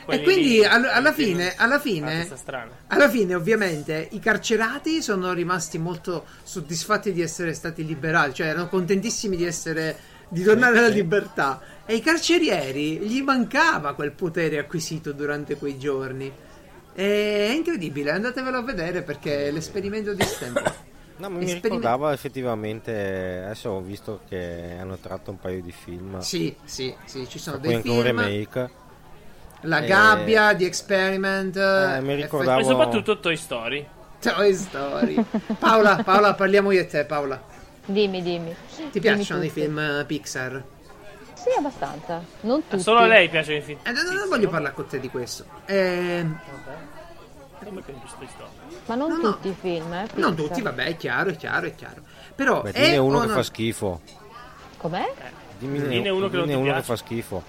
S1: E
S2: quelli
S1: quindi
S2: lì-
S1: all- alla
S2: quelli
S1: fine,
S2: lì-
S1: alla
S2: Ah,
S1: fine,
S2: questa strana.
S1: Alla fine, ovviamente, i carcerati sono rimasti molto soddisfatti di essere stati liberati, cioè erano contentissimi di essere di tornare alla
S3: sì.
S1: libertà. E i carcerieri gli mancava quel potere acquisito durante quei giorni. E- È incredibile, andatevelo a vedere perché è l'esperimento di Stanford.
S3: No, ma mi
S1: Esperiment-
S3: ricordava effettivamente. Adesso ho visto che hanno tratto un paio di film.
S1: sì, sì, sì, ci sono
S3: poi
S1: dei
S3: anche un
S1: film.
S3: remake.
S1: La
S3: Eh,
S1: gabbia, The Experiment.
S3: eh, mi
S1: Effect-
S3: ricordavo-
S2: E soprattutto Toy Story.
S1: Toy Story. Paola, Paola, parliamo io e te, Paola.
S4: Dimmi, dimmi.
S1: Ti piacciono i
S4: tutti.
S1: film Ah, eh, Pixar?
S4: Sì, abbastanza. Non tutti.
S2: Eh, Solo a lei piace i film.
S1: Eh, no, no, non voglio parlare con te di questo. Eh,
S2: Come che non piace Toy Story?
S4: Ma non
S1: No, no.
S4: tutti i film, eh.
S1: non
S4: Pixar.
S1: tutti, vabbè, è chiaro, è chiaro, è chiaro. Però
S3: Beh,
S1: è
S3: dimmi uno
S1: o
S3: che
S1: non-
S3: fa schifo.
S4: Com'è?
S2: eh.
S3: Dimmi
S2: Dimmi uno che non
S3: dimmi
S2: ti
S3: uno che
S2: piace.
S3: fa schifo.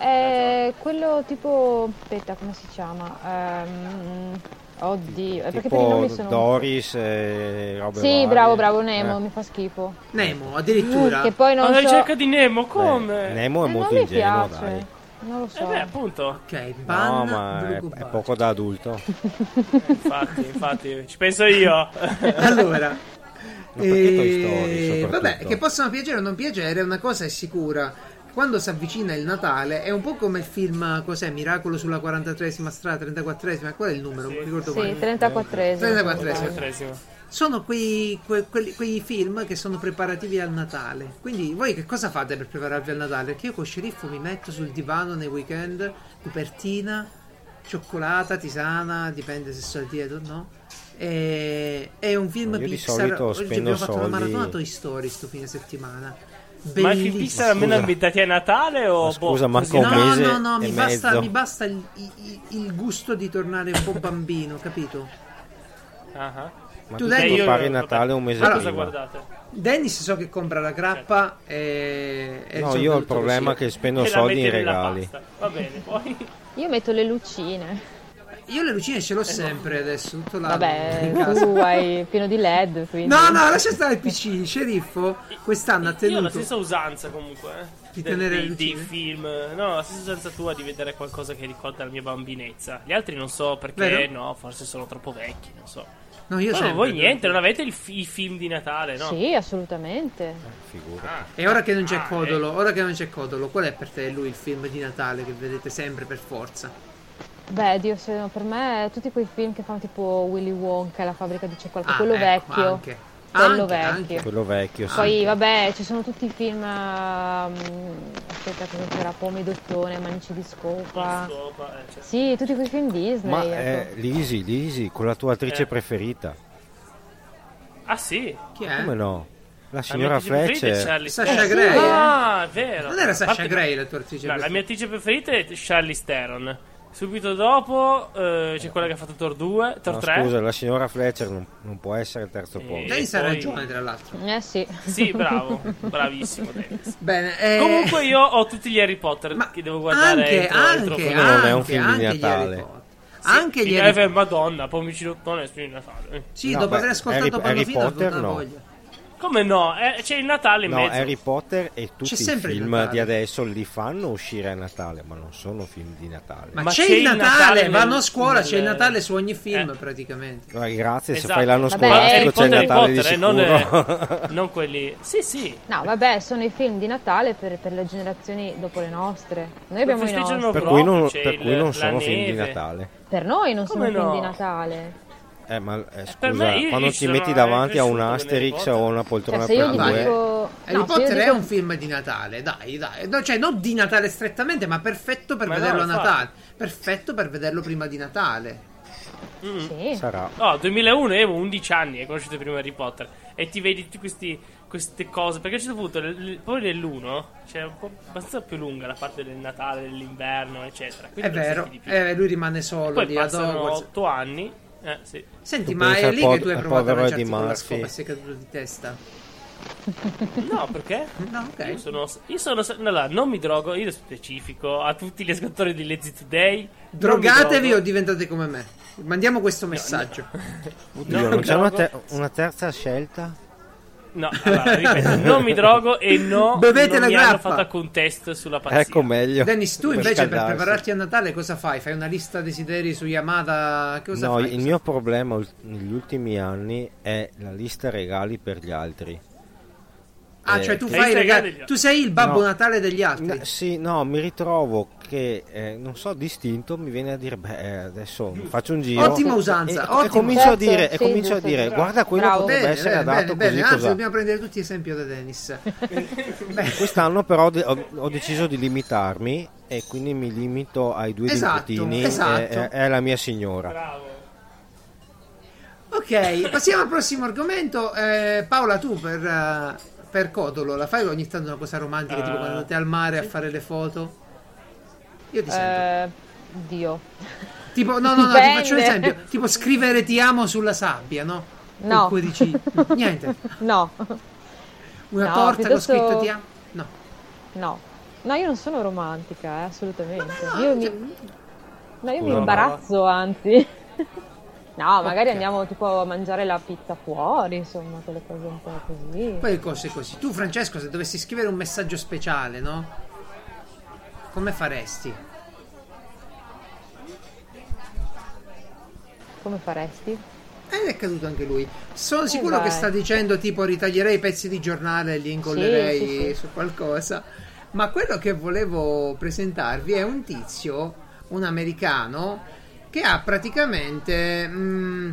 S4: Eh, quello tipo. Aspetta, come si chiama? Ehm, oddio. eh, perché per i
S3: tipo
S4: nomi sono.
S3: Doris e robe
S4: Sì,
S3: varie.
S4: bravo, bravo Nemo,
S3: Eh,
S4: mi fa schifo.
S1: Nemo,
S4: Mm, Che
S1: addirittura.
S4: poi non
S2: Alla
S4: so.
S2: ricerca di Nemo,
S3: beh,
S2: come?
S3: Nemo è
S4: Eh,
S3: molto
S4: non mi
S3: ingenuo,
S4: piace.
S3: dai.
S4: Non lo
S2: Eh
S4: so.
S2: beh, appunto.
S1: Ok, ban
S3: No, ma
S1: Blue
S3: è, è
S1: Goodbye.
S3: poco da adulto.
S2: Eh, Infatti, infatti, ci penso io.
S1: Allora,
S3: perché Toy
S1: eh,
S3: Story, soprattutto?
S1: vabbè, che possano piacere o non piacere, una cosa è sicura. Quando si avvicina il Natale è un po' come il film, cos'è, Miracolo sulla 43esima strada, 34esima, qual è il numero?
S2: Sì.
S1: Non mi ricordo
S4: Sì,
S1: quale.
S4: 34esimo.
S1: 34esimo.
S2: Tresimo.
S1: Sono quei, que- quelli- quei film che sono preparativi al Natale. Quindi voi che cosa fate per prepararvi al Natale? Perché io con sceriffo mi metto sul divano nei weekend, copertina, cioccolata, tisana, dipende se sono dietro o no. E, è un film
S3: Io di
S1: Pixar.
S3: solito
S1: Oggi
S3: spendo
S1: abbiamo fatto la
S3: soldi-
S1: maratona Toy Story sto fine settimana.
S2: Ma il film
S1: Bellissimo.
S2: Pixar almeno
S3: Scusa.
S2: ambientati a Natale o...
S3: Ma scusa,
S2: boh,
S3: ma
S2: così?
S3: come? un
S1: No,
S3: mese
S1: no, no,
S3: e
S1: mi basta,
S3: mezzo.
S1: mi basta il, il- il gusto di tornare un po' bambino, capito?
S2: Ah, ah.
S3: Ma
S1: Tu
S3: tu
S1: dai,
S3: ti
S1: io-
S2: vabbè,
S3: prepari Natale un mese
S2: allora, cosa
S3: prima.
S2: guardate?
S1: Dennis so che compra la grappa
S2: Certo.
S1: e...
S2: eh,
S1: e
S3: No,
S1: risolve
S3: io ho il
S1: tutto
S3: problema
S1: così.
S3: che spendo
S2: E la
S3: soldi in
S2: metti nella
S3: regali.
S2: pasta. Va bene, poi...
S4: Io metto le lucine.
S1: Io le lucine
S2: Eh
S1: ce l'ho sempre adesso, tutto l'anno in
S4: Vabbè,
S1: casa.
S4: tu hai pieno di LED, quindi.
S1: No, no, lascia stare il PC, sceriffo. Quest'anno ha
S2: Io ho la
S1: tenuto...
S2: stessa usanza comunque. eh,
S1: Di
S2: del-
S1: tenere eh. le
S2: dei, dei
S1: lucine?
S2: film. No, la stessa usanza tua di vedere qualcosa che ricorda la mia bambinezza. Gli altri non so perché,
S1: Vero?
S2: no, forse sono troppo vecchi, non so.
S1: No, io
S2: No,
S1: sempre.
S2: no, voi niente, non avete il fi- i film di Natale, no?
S4: Sì, assolutamente.
S3: Figura.
S1: E ora che non c'è
S2: Ah,
S1: Codolo, ora che non c'è Codolo, qual è per te lui il film di Natale che vedete sempre per forza?
S4: Beh, Dio, se no, per me tutti quei film che fanno tipo Willy Wonka, la fabbrica di cioccolato,
S1: Ah,
S4: quello
S1: ecco,
S4: vecchio.
S1: Anche.
S4: Quello
S1: Anche,
S4: vecchio.
S2: Ah.
S1: anche.
S3: Quello vecchio, sì.
S4: Poi, vabbè, ci sono tutti i film. ehm, aspetta, come c'era? Pomi d'ottone, Manici di scopa.
S2: Questo, ma- eh, cioè,
S4: Sì, tutti quei film Disney.
S3: Ma
S4: ecco.
S3: eh, Lisi, Lisi, con la tua attrice
S2: Eh.
S3: preferita.
S2: Ah sì,
S1: Chi è?
S3: Come no? La
S2: la mia
S3: signora
S2: attrice preferita è
S3: Fletcher.
S2: Charlie
S1: Sasha
S4: Eh, sì.
S1: Grey? eh?
S2: Ah, è vero.
S1: Non era Sasha
S2: Infatti,
S1: Grey la tua attrice?
S2: No, la mia attrice preferita è Charlie Theron. Subito dopo eh, c'è quella che ha fatto Thor 2, Thor
S3: No,
S2: 3.
S3: scusa, la signora Fletcher non, non può essere il terzo posto.
S1: Dennis ha
S2: poi-
S1: ragione, tra l'altro.
S4: Eh sì.
S2: Sì, bravo, bravissimo Dennis.
S1: Bene. eh,
S2: Comunque io ho tutti gli Harry Potter
S1: Ma
S2: che devo guardare
S1: anche,
S2: entro,
S1: anche,
S2: entro fine-
S3: non
S1: anche,
S3: è un film di
S1: anche gli
S3: Natale.
S1: Harry Potter. anche gli
S2: fine-
S1: Harry
S2: eh, Madonna, poi mi ci lottone su Natale.
S1: Sì,
S3: No,
S1: dopo
S3: beh,
S1: aver ascoltato
S3: Harry-
S1: Pallofino
S3: Harry Potter
S1: ho avuto una
S3: no.
S1: voglia.
S2: Come no? Eh, c'è il Natale in
S3: No,
S2: mezzo.
S3: Harry Potter e tutti
S1: C'è
S3: i
S1: sempre il
S3: film
S1: Natale.
S3: di adesso li fanno uscire a Natale, ma non sono film di Natale.
S1: Ma,
S2: Ma
S1: c'è, il Natale,
S2: nel-
S1: vanno a scuola, c'è il
S2: nel-
S1: Natale su ogni film
S2: Eh.
S1: praticamente.
S3: Ma grazie,
S2: Esatto.
S3: se fai l'anno
S4: Vabbè,
S3: scolastico
S4: Harry
S3: c'è il
S2: Potter,
S3: Natale di
S2: Harry
S3: sicuro.
S2: Potter, non, non quelli. Sì, sì.
S4: No, vabbè, sono i film di Natale per, per le generazioni dopo le nostre. Noi
S2: Lo
S4: abbiamo i
S2: festeggiano
S4: nostri.
S3: per
S2: proprio,
S3: cui non,
S2: c'è
S3: per
S2: il-
S3: cui non
S2: la
S3: sono film di
S2: neve.
S3: Natale.
S4: Per noi non sono
S2: Come no?
S4: film di Natale.
S3: Eh, ma eh, scusa,
S2: per me- io- io
S3: quando
S2: ci
S3: ti
S2: sono
S3: metti davanti a
S2: cresciuto
S3: un
S2: con Harry
S3: Asterix
S2: Potter.
S3: o una poltrona
S4: Cioè, se io
S3: per
S4: gli
S1: Dai,
S3: due,
S4: dico.
S1: Harry
S4: no, se io
S1: Potter è
S4: dico-
S1: un film di Natale, dai, dai. No, cioè, non di Natale strettamente, ma perfetto per
S2: Ma no,
S1: vederlo a
S2: infatti.
S1: Natale. Perfetto per vederlo prima di Natale. Mm.
S4: Sì.
S3: sarà.
S2: No, 2001 avevo 11 anni e conosciuto prima Harry Potter. E ti vedi tutti questi, queste cose. Perché a un certo punto, l- l- poi nell'1 c'è un po' abbastanza più lunga la parte del Natale, dell'inverno, eccetera. Quindi
S1: è
S2: lo
S1: vero,
S2: senti di più.
S1: eh, lui rimane solo
S2: poi
S1: lì ad
S2: passano
S1: Hogwarts.
S2: 8 anni. Eh, sì.
S1: Senti,
S3: Tu
S1: ma
S3: pensa
S1: è
S3: al
S1: lì
S3: pod-
S1: che tu hai
S3: al
S1: provato a
S3: povero
S1: lanciarti
S3: Eddie
S1: con la
S3: Murphy.
S1: scopa e sei caduto di testa?
S2: No, perché?
S1: No, ok.
S2: Io sono, io sono no, no, non mi drogo, io specifico a tutti gli ascoltatori di Lazy Today. non mi
S1: Drogatevi
S2: drogo.
S1: o diventate come me. Mandiamo questo messaggio.
S3: Oddio,
S2: No,
S3: non c'è una,
S2: Drago-
S3: ter- una terza scelta?
S2: No, allora, ripeto, non mi drogo e no,
S1: Bevete
S2: non
S1: la
S2: mi
S1: grappa.
S2: hanno fatto alcun test sulla pazzia.
S3: Ecco meglio.
S1: Dennis, tu invece per
S3: scaldarsi.
S1: prepararti a Natale cosa fai? Fai una lista desideri su Yamada? Che Cosa
S3: No,
S1: fai?
S3: il mio problema ul- negli ultimi anni è la lista regali per gli altri.
S1: Ah,
S3: eh,
S1: cioè tu
S2: che-
S1: fai i
S2: Lista
S1: regali.
S2: regali.
S1: Tu sei il babbo
S3: No.
S1: Natale degli altri.
S3: No, sì, no, mi ritrovo che eh, non so, distinto mi viene a dire, beh, eh, adesso faccio un giro.
S1: Ottima usanza,
S3: E- E,
S1: ottima.
S3: comincio a
S4: Certo,
S3: dire, e
S4: sì,
S3: comincio a
S4: giusto,
S3: dire
S4: bravo.
S3: guarda quello
S4: Bravo.
S3: potrebbe
S1: Bene,
S3: essere
S1: bene, bene,
S3: adatto
S1: bene.
S3: così.
S1: Anzi,
S3: cos'ha?"
S1: dobbiamo prendere tutti esempio da Dennis. Beh,
S3: Quest'anno però ho de- ho, ho deciso di limitarmi e quindi mi limito ai due eh,
S1: Esatto,
S3: nipotini
S1: esatto.
S3: e, e- e la mia signora.
S2: Bravo.
S1: ok, passiamo al prossimo argomento. Eh, Paola, tu per, eh, per Codolo la fai ogni tanto una cosa romantica, tipo
S2: Ah.
S1: quando andate al mare a fare le foto? Io ti sento.
S4: Eh, Dio.
S1: Tipo, no, no, no, ti
S4: Dipende.
S1: faccio un esempio. Tipo scrivere ti amo sulla sabbia, no?
S4: No.
S1: Col codicino. Niente.
S4: No.
S1: Una
S4: No,
S1: torta
S4: piuttosto-
S1: con scritto ti amo. No.
S4: No. No, io non sono romantica, eh, assolutamente.
S1: No,
S4: Io
S1: cioè,
S4: mi, no, io mi
S2: No.
S4: imbarazzo, anzi. No, magari
S1: Ok.
S4: andiamo tipo a mangiare la pizza fuori, insomma, quelle cose un po' così.
S1: Poi cose così. Tu, Francesco, se dovessi scrivere un messaggio speciale, no? Come faresti?
S4: Come faresti?
S1: Ed Eh, è caduto anche lui. Sono sicuro
S4: Eh, vai.
S1: che sta dicendo tipo ritaglierei i pezzi di giornale e li incollerei
S4: Sì, sì, sì.
S1: su qualcosa. Ma quello che volevo presentarvi è un tizio, un americano, che ha praticamente... mm,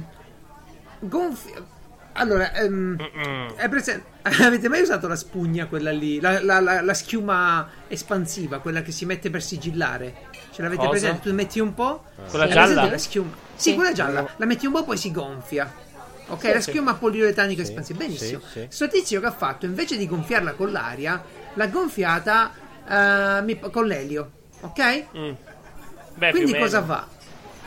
S1: gonfi- Allora, ehm,
S2: Mm.
S1: è presente- avete mai usato la spugna, quella lì, la, la- la- la schiuma espansiva, quella che si mette per sigillare? Ce l'avete
S2: Cosa?
S1: presente? Tu metti un po'...
S2: Quella
S1: È
S4: gialla?
S1: presente La schiuma. Sì,
S4: Sì.
S1: quella gialla. La metti un po' poi si gonfia. Ok,
S2: Sì,
S1: la
S2: sì.
S1: schiuma poliuretanica
S3: Sì,
S1: espansiva. Benissimo.
S3: sì, sì.
S1: Sto tizio che ha fatto, invece di gonfiarla con l'aria, l'ha gonfiata eh, mi- con l'elio. Ok?
S2: Mm. Beh, più o
S1: Quindi
S2: meno.
S1: cosa fa?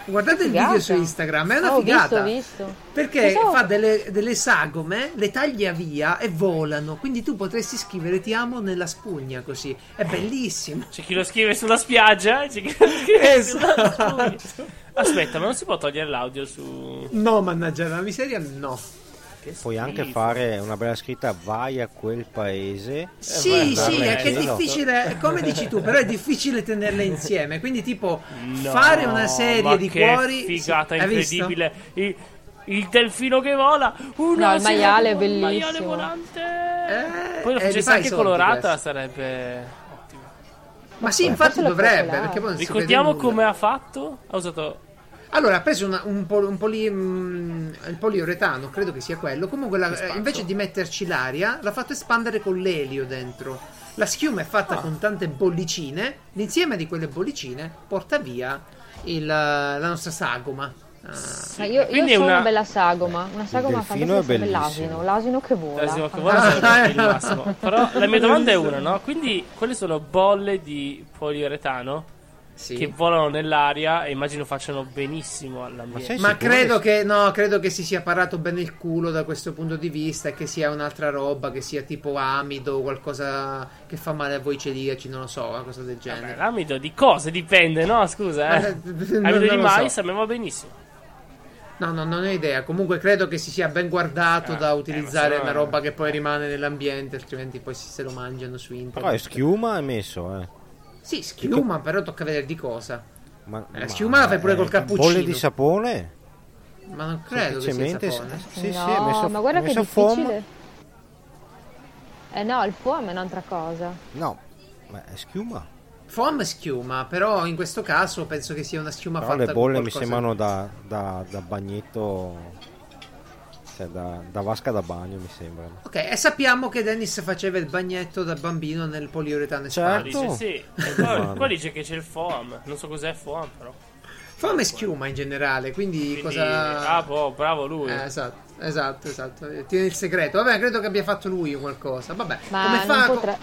S1: Guardate il
S4: Figata.
S1: video su Instagram, è una
S4: Oh, ho visto,
S1: figata.
S4: ho visto.
S1: Perché
S4: Lo so.
S1: fa delle, delle sagome, le taglia via e volano. Quindi tu potresti scrivere ti amo nella spugna così. È bellissimo.
S2: C'è chi lo scrive sulla spiaggia, eh? c'è chi lo scrive sulla
S1: Esatto.
S2: spugna. Aspetta, ma non si può togliere l'audio su...
S1: No, mannaggia la miseria, no.
S2: Che
S3: Puoi anche
S2: schifo.
S3: fare una bella scritta vai a quel paese.
S1: Sì,
S2: guarda,
S1: sì,
S2: guarda,
S1: è che è
S2: esatto.
S1: difficile, come dici tu, però è difficile tenerle insieme. Quindi, tipo,
S2: No,
S1: fare una
S2: ma
S1: serie di
S2: che
S1: cuori.
S2: figata
S1: Sì, hai visto?
S2: incredibile. Il, il delfino che vola.
S4: No, il maiale è
S2: Il maiale
S4: bellissimo.
S2: volante.
S1: Eh,
S2: Poi lo
S1: eh, li
S2: facessi
S1: fai i
S2: anche
S1: soldi
S2: colorata,
S1: questi.
S2: sarebbe ottimo.
S1: Ma sì,
S4: forse
S1: infatti
S4: lo
S1: dovrebbe.
S4: popolare.
S1: Perché poi non si vede
S2: Ricordiamo
S1: nulla.
S2: come ha fatto. Ha usato.
S1: Allora, ha preso una- un, pol- un poli- mm, il poliuretano, credo che sia quello. Comunque, la- eh, invece di metterci l'aria, l'ha fatto espandere con l'elio dentro. La schiuma è fatta con tante bollicine. L'insieme di quelle bollicine porta via il- la nostra sagoma. Ah.
S4: Ma Eh, io, io
S2: Quindi è
S4: sono una...
S2: una-
S4: bella sagoma, una
S3: delfino
S4: sagoma
S3: è
S4: fantastica sarebbe
S3: bellissimo.
S4: l'asino, l'asino che vola.
S2: L'asino che
S1: Ah,
S2: vola sarebbe il
S1: eh.
S2: massimo. Però la mia domanda è una, no? Quindi, quelle sono bolle di poliuretano
S1: Sì.
S2: che volano nell'aria e immagino facciano benissimo
S3: Ma
S2: all'ambiente.
S3: sei
S1: Ma
S3: sicuro
S1: credo che, no, credo che si sia parato bene il culo da questo punto di vista e che sia un'altra roba, che sia tipo amido o qualcosa che fa male a voi celiaci, non lo so, una cosa del
S2: Vabbè,
S1: genere.
S2: l'amido di cosa dipende, no? Scusa, eh.
S1: Ma, eh, non-
S2: Amido
S1: non
S2: di
S1: lo
S2: mais
S1: so.
S2: a me va benissimo.
S1: No, no, non ho idea. Comunque credo che si sia ben guardato
S2: Ah, eh,
S1: da
S2: ma
S1: utilizzare
S2: se no-
S1: una roba che poi rimane nell'ambiente, altrimenti poi si- se lo mangiano su internet.
S3: eh. Però è schiuma è messo, eh.
S1: Sì, schiuma, però tocca vedere di cosa.
S3: Ma,
S1: Eh, la schiuma la fai pure
S3: eh,
S1: col cappuccino.
S3: Bolle di sapone?
S1: Ma non credo che sia
S3: Semplicemente
S1: sapone.
S3: s- Sì, sì,
S4: no,
S3: ho messo-
S4: ma guarda
S3: ho
S4: che
S3: messo
S4: difficile. Eh no, il foam è un'altra cosa.
S3: No, ma è schiuma.
S1: Foam schiuma, però in questo caso penso che sia una schiuma
S3: Però
S1: fatta
S3: le bolle
S1: con
S3: mi
S1: qualcosa-
S3: sembrano da, da, da bagnetto, cioè da, da vasca da bagno mi sembrano.
S1: Ok, e sappiamo che Dennis faceva il bagnetto da bambino nel poliuretano
S2: Qua
S1: Spar.
S3: Certo.
S2: dice sì. E Qua, qua dice che c'è il foam. Non so cos'è foam, però.
S1: Foam e schiuma in generale, quindi,
S2: Quindi,
S1: cosa...
S2: Ah, boh, bravo lui.
S1: Eh, esatto, esatto, esatto. Eh, Tiene il segreto. Vabbè, credo che abbia fatto lui qualcosa. Vabbè,
S4: Ma
S1: come
S4: non,
S1: fa...
S4: potre-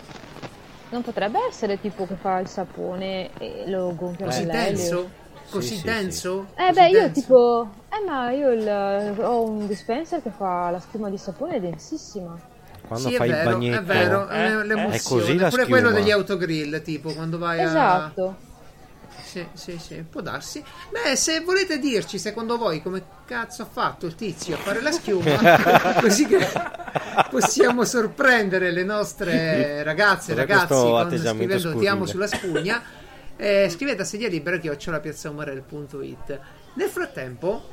S4: non potrebbe essere tipo che fa il sapone e lo gonfia
S1: Così
S4: nell'elio?
S1: denso? Così
S3: Eh, sì, sì.
S1: denso?
S4: Eh
S1: Così
S4: beh, io
S1: denso?
S4: tipo... Eh ma io il- ho un dispenser che fa la schiuma di sapone densissima.
S3: Quando
S1: sì,
S3: fai
S1: è vero,
S3: il bagnetto,
S1: è vero,
S2: eh,
S1: le- l'emozione.
S3: è così la
S1: Pure quello
S3: schiuma.
S1: degli autogrill, tipo, quando vai a...
S4: Esatto.
S1: Sì, sì, sì, può darsi. Beh, se volete dirci, secondo voi, come cazzo ha fatto il tizio a fare la schiuma, così che possiamo sorprendere le nostre ragazze e
S3: Cos'è
S1: ragazzi
S3: questo
S1: con-
S3: atteggiamento
S1: scrivendo ti amo sulla
S3: scurrile?"
S1: spugna, eh, scrivete a sedia libera chiocciola piazzaumorel.it. Nel frattempo,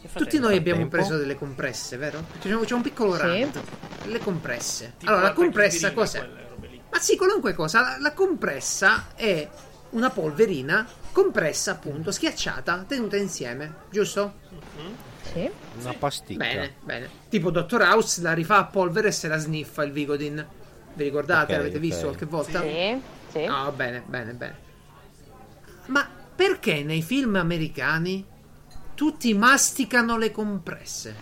S2: Che fate?
S1: tutti noi abbiamo
S3: frattempo?
S1: preso delle compresse, vero? C'è, c'è un piccolo
S4: Sì.
S1: rant. Le compresse.
S2: Tipo
S1: Allora, la compressa
S2: tachipirina,
S1: cos'è?
S2: quelle robe lì.
S1: Ma sì, qualunque cosa. La, la compressa è una polverina compressa, appunto, schiacciata, tenuta insieme, giusto?
S4: Sì.
S3: una pasticca.
S1: Bene, bene. Tipo Dottor House la rifà a polvere e se la sniffa il Vigodin. Vi ricordate?
S3: Ok,
S1: L'avete
S3: ok.
S1: visto qualche volta?
S4: Sì. Sì.
S1: Ah, bene, bene, bene. Ma perché nei film americani tutti masticano le compresse?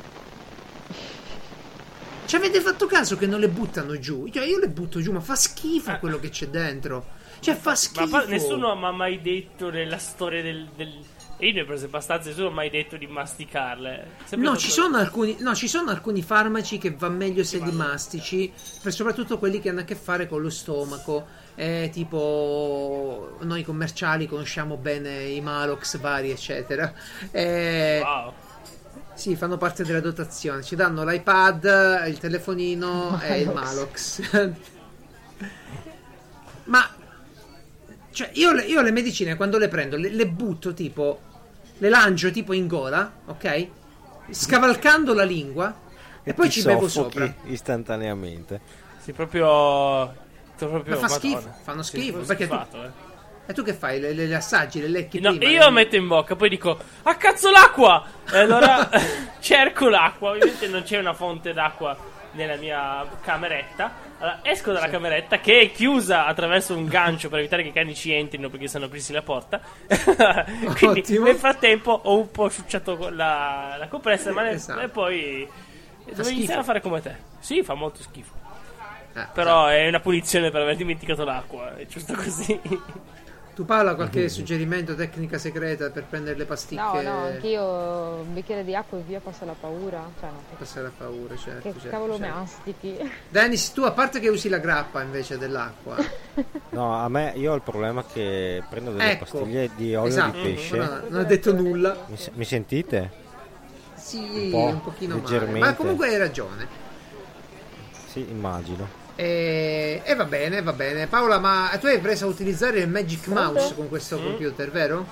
S1: Ci avete fatto caso che non le buttano giù? Cioè, io le butto giù, ma fa schifo quello che c'è dentro. Cioè, fa schifo.
S2: Ma fa- nessuno mi ha mai detto nella storia del. del... Io ne ho prese abbastanza, nessuno mi ha mai detto di masticarle. Sempre
S1: No
S2: tutto-
S1: ci, sono eh. alcuni, no, ci sono alcuni farmaci che va meglio se li mastici, per soprattutto quelli che hanno a che fare con lo stomaco. eh, tipo, noi commerciali conosciamo bene i Malox vari, eccetera. Eh,
S2: Wow.
S1: Sì, fanno parte della dotazione. Ci danno l'iPad, il telefonino e il Malox. Ma cioè, io le, io le medicine quando le prendo le, le butto tipo le langio tipo in gola, ok? Scavalcando la lingua e, poi
S3: ti
S1: ci bevo
S3: soffochi
S1: sopra.
S3: Istantaneamente.
S2: Sei proprio. Sono proprio
S1: Ma fa
S2: Madonna.
S1: schifo, fanno
S2: Sei
S1: schifo,
S2: proprio
S1: perché tu-
S2: stufato, eh.
S1: E tu che fai? Le, le- le assaggi, le lecchi
S2: No,
S1: prima? eh.
S2: io
S1: le-
S2: metto in bocca, poi dico: Ah, cazzo, l'acqua! E allora cerco l'acqua. Ovviamente non c'è una fonte d'acqua nella mia cameretta. Allora esco dalla cameretta che è chiusa attraverso un gancio per evitare che i cani ci entrino perché sanno aprirsi la porta. Quindi
S1: Ottimo.
S2: nel frattempo ho un po' ciucciato con la, la compressa, ma ne-
S1: Esatto.
S2: e poi devo
S1: schifo.
S2: iniziare a fare come te. Sì, fa molto schifo.
S1: Ah,
S2: Però è una punizione per aver dimenticato l'acqua, è giusto così.
S1: Tu Paola qualche suggerimento, tecnica segreta per prendere le pasticche?
S4: No, no, anch'io un bicchiere di acqua e via passa la paura. Cioè, no, che-
S1: Passare a paura, certo.
S4: che
S1: certo,
S4: cavolo
S1: certo.
S4: mastichi.
S1: Dennis, tu a parte che usi la grappa invece dell'acqua,
S3: No, a me io ho il problema che prendo delle
S1: Ecco.
S3: pastiglie di olio
S1: Esatto.
S3: di pesce.
S1: Guarda, non ha detto nulla.
S3: Mi, se- mi sentite?
S1: Sì, un,
S3: Un po',
S1: pochino male.
S3: leggermente.
S1: Ma comunque hai ragione.
S3: Sì, immagino.
S1: E, e va bene, va bene. Paola, ma tu hai preso a utilizzare il Magic
S4: Pronto?
S1: Mouse con
S4: Mm.
S1: questo computer, vero?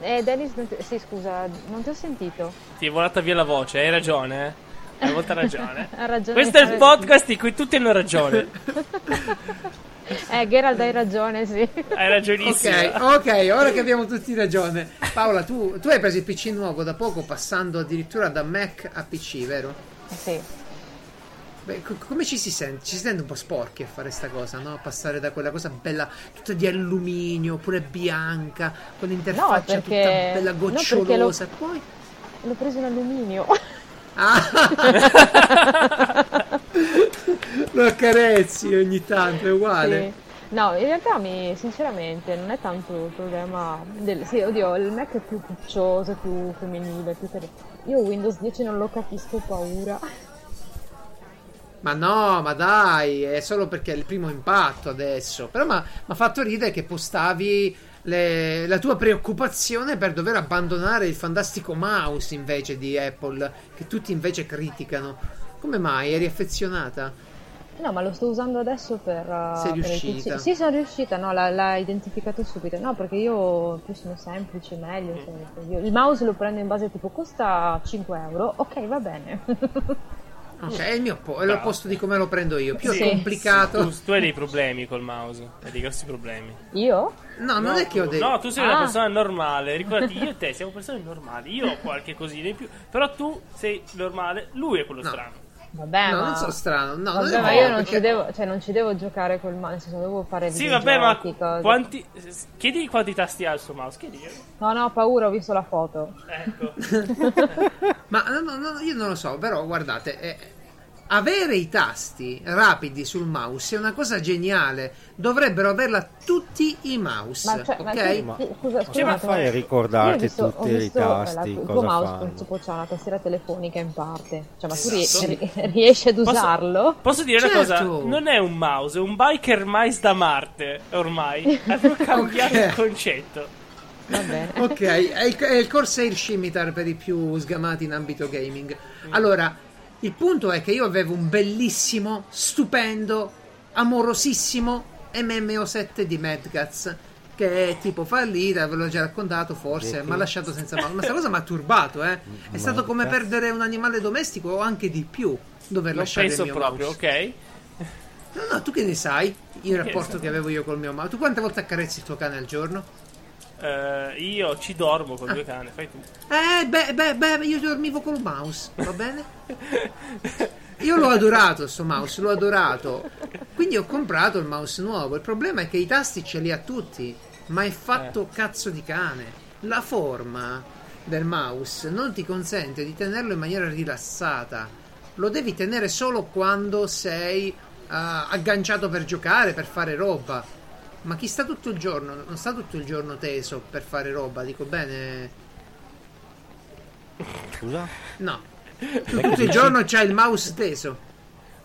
S4: Eh, Dennis, non ti- sì, scusa, non ti ho sentito.
S2: Ti è volata via la voce, hai ragione. eh. Hai molta ragione.
S4: Ha ragione. Eh,
S2: Questo è il
S4: Gerald.
S2: podcast in cui tutti hanno ragione.
S4: Eh, Gerald, hai ragione, sì.
S2: Hai ragionissimo.
S1: Ok, oh, ok, ora che abbiamo tutti ragione. Paola, tu, tu hai preso il PC nuovo da poco passando addirittura da Mac a PC, vero?
S4: Sì.
S1: Beh, co- come ci si sente? Ci si sente un po' sporchi a fare sta cosa, no? A passare da quella cosa bella tutta di alluminio, pure bianca, con l'interfaccia
S4: No, perché-
S1: tutta bella
S4: no, perché lo-
S1: gocciolosa. e Poi
S4: L'ho preso in alluminio.
S1: Ah. Lo accarezzi ogni tanto, è uguale.
S4: Sì. No, in realtà mi, sinceramente non è tanto il problema del... Sì, oddio, il Mac è più puccioso, più femminile, più care- Io Windows 10 non lo capisco, ho paura.
S1: Ma no, ma dai, è solo perché è il primo impatto adesso. Però ma- mi ha fatto ridere che postavi le- la tua preoccupazione per dover abbandonare il fantastico mouse invece di Apple, che tutti invece criticano. Come mai? Eri affezionata?
S4: No, ma lo sto usando adesso per. uh,
S1: Sei
S4: per il
S1: riuscita?
S4: PC. Sì, sono riuscita, no, l'ha, l'ha identificato subito. No, perché io più sono semplice, meglio.
S1: Mm.
S4: cioè, io- il mouse lo prendo in base tipo costa 5 euro. Ok, va bene.
S1: Ok, Ah. Cioè, è il mio po- è l'opposto di come lo prendo io. Più
S4: Sì.
S1: è complicato.
S2: Tu, tu hai dei problemi col mouse, hai dei grossi problemi.
S4: io?
S1: No, non è che ho
S2: tu-
S1: dei.
S2: No, tu sei
S4: Ah.
S2: una persona normale. Ricordati, io e te siamo persone normali. Io ho qualche cosina in più. Però tu sei normale, lui è quello
S1: No.
S2: strano.
S1: No,
S4: Vabbè, Eh, ma.
S1: Eh, non so strano. No, non
S4: Vabbè,
S1: è
S4: ma
S1: vero,
S4: io non ci,
S1: perché-
S4: devo, cioè, non ci devo giocare col mouse, nel senso, devo fare
S2: Sì, vabbè, ma
S4: videogiochi, cose.
S2: quanti. Chiedi quanti tasti ha il suo mouse. Chiedi. eh,
S4: No, no, ho paura, ho visto la foto.
S2: Ecco.
S1: Ma no, no, no, io non lo so, però guardate, eh, avere i tasti rapidi sul mouse è una cosa geniale. Dovrebbero averla tutti i mouse,
S4: Ma, cioè,
S1: ok?
S4: ma tu-
S3: Ma-
S4: sì, scusa, scusa,
S3: Come
S4: un attimo.
S3: fai a
S4: Io ho
S3: ricordarti
S4: visto, ho
S3: tutti i
S4: visto, eh, la-
S3: tasti?
S4: il tuo
S3: Cosa
S4: mouse
S3: fanno?
S4: tipo, c'ha una tastiera telefonica in parte. Cioè, ma tu
S1: Esatto.
S4: rie- ri- riesci ad
S2: Posso-
S4: usarlo?
S2: Posso dire una
S1: Certo.
S2: cosa? Non è un mouse, è un biker mice da Marte. Ormai. Hanno cambiato il
S1: Ok.
S2: concetto.
S4: Va bene.
S1: Ok, è il, è il Corsair Scimitar per i più sgamati in ambito gaming.
S2: Mm.
S1: Allora, il punto è che io avevo un bellissimo, stupendo, amorosissimo MMO7 di Madgats che è tipo fallita, ve l'ho già raccontato forse, mi ha lasciato senza mano. Ma sta cosa mi ha turbato, eh.
S2: Mm,
S1: È stato come
S3: Madgats.
S1: perdere un animale domestico o anche di più dover
S2: Non
S1: lasciare il
S2: penso
S1: mio
S2: proprio,
S1: mouse.
S2: ok?
S1: No, no, tu che ne sai? Il rapporto
S2: sai?
S1: che avevo io col mio mouse. Tu quante volte accarezzi il tuo cane al giorno?
S2: Eh, io ci dormo con due cane, fai tu.
S1: Eh, beh, beh, beh, io dormivo col mouse, va bene? Io l'ho adorato sto mouse, l'ho adorato. Quindi ho comprato il mouse nuovo. Il problema è che i tasti ce li ha tutti, ma è fatto cazzo di cane. La forma del mouse non ti consente di tenerlo in maniera rilassata. Lo devi tenere solo quando sei eh, agganciato per giocare, per fare roba. Ma chi sta tutto il giorno, non sta tutto il giorno teso per fare roba, dico bene,
S3: Scusa?
S1: No. Tu tutto il giorno c'hai il mouse teso.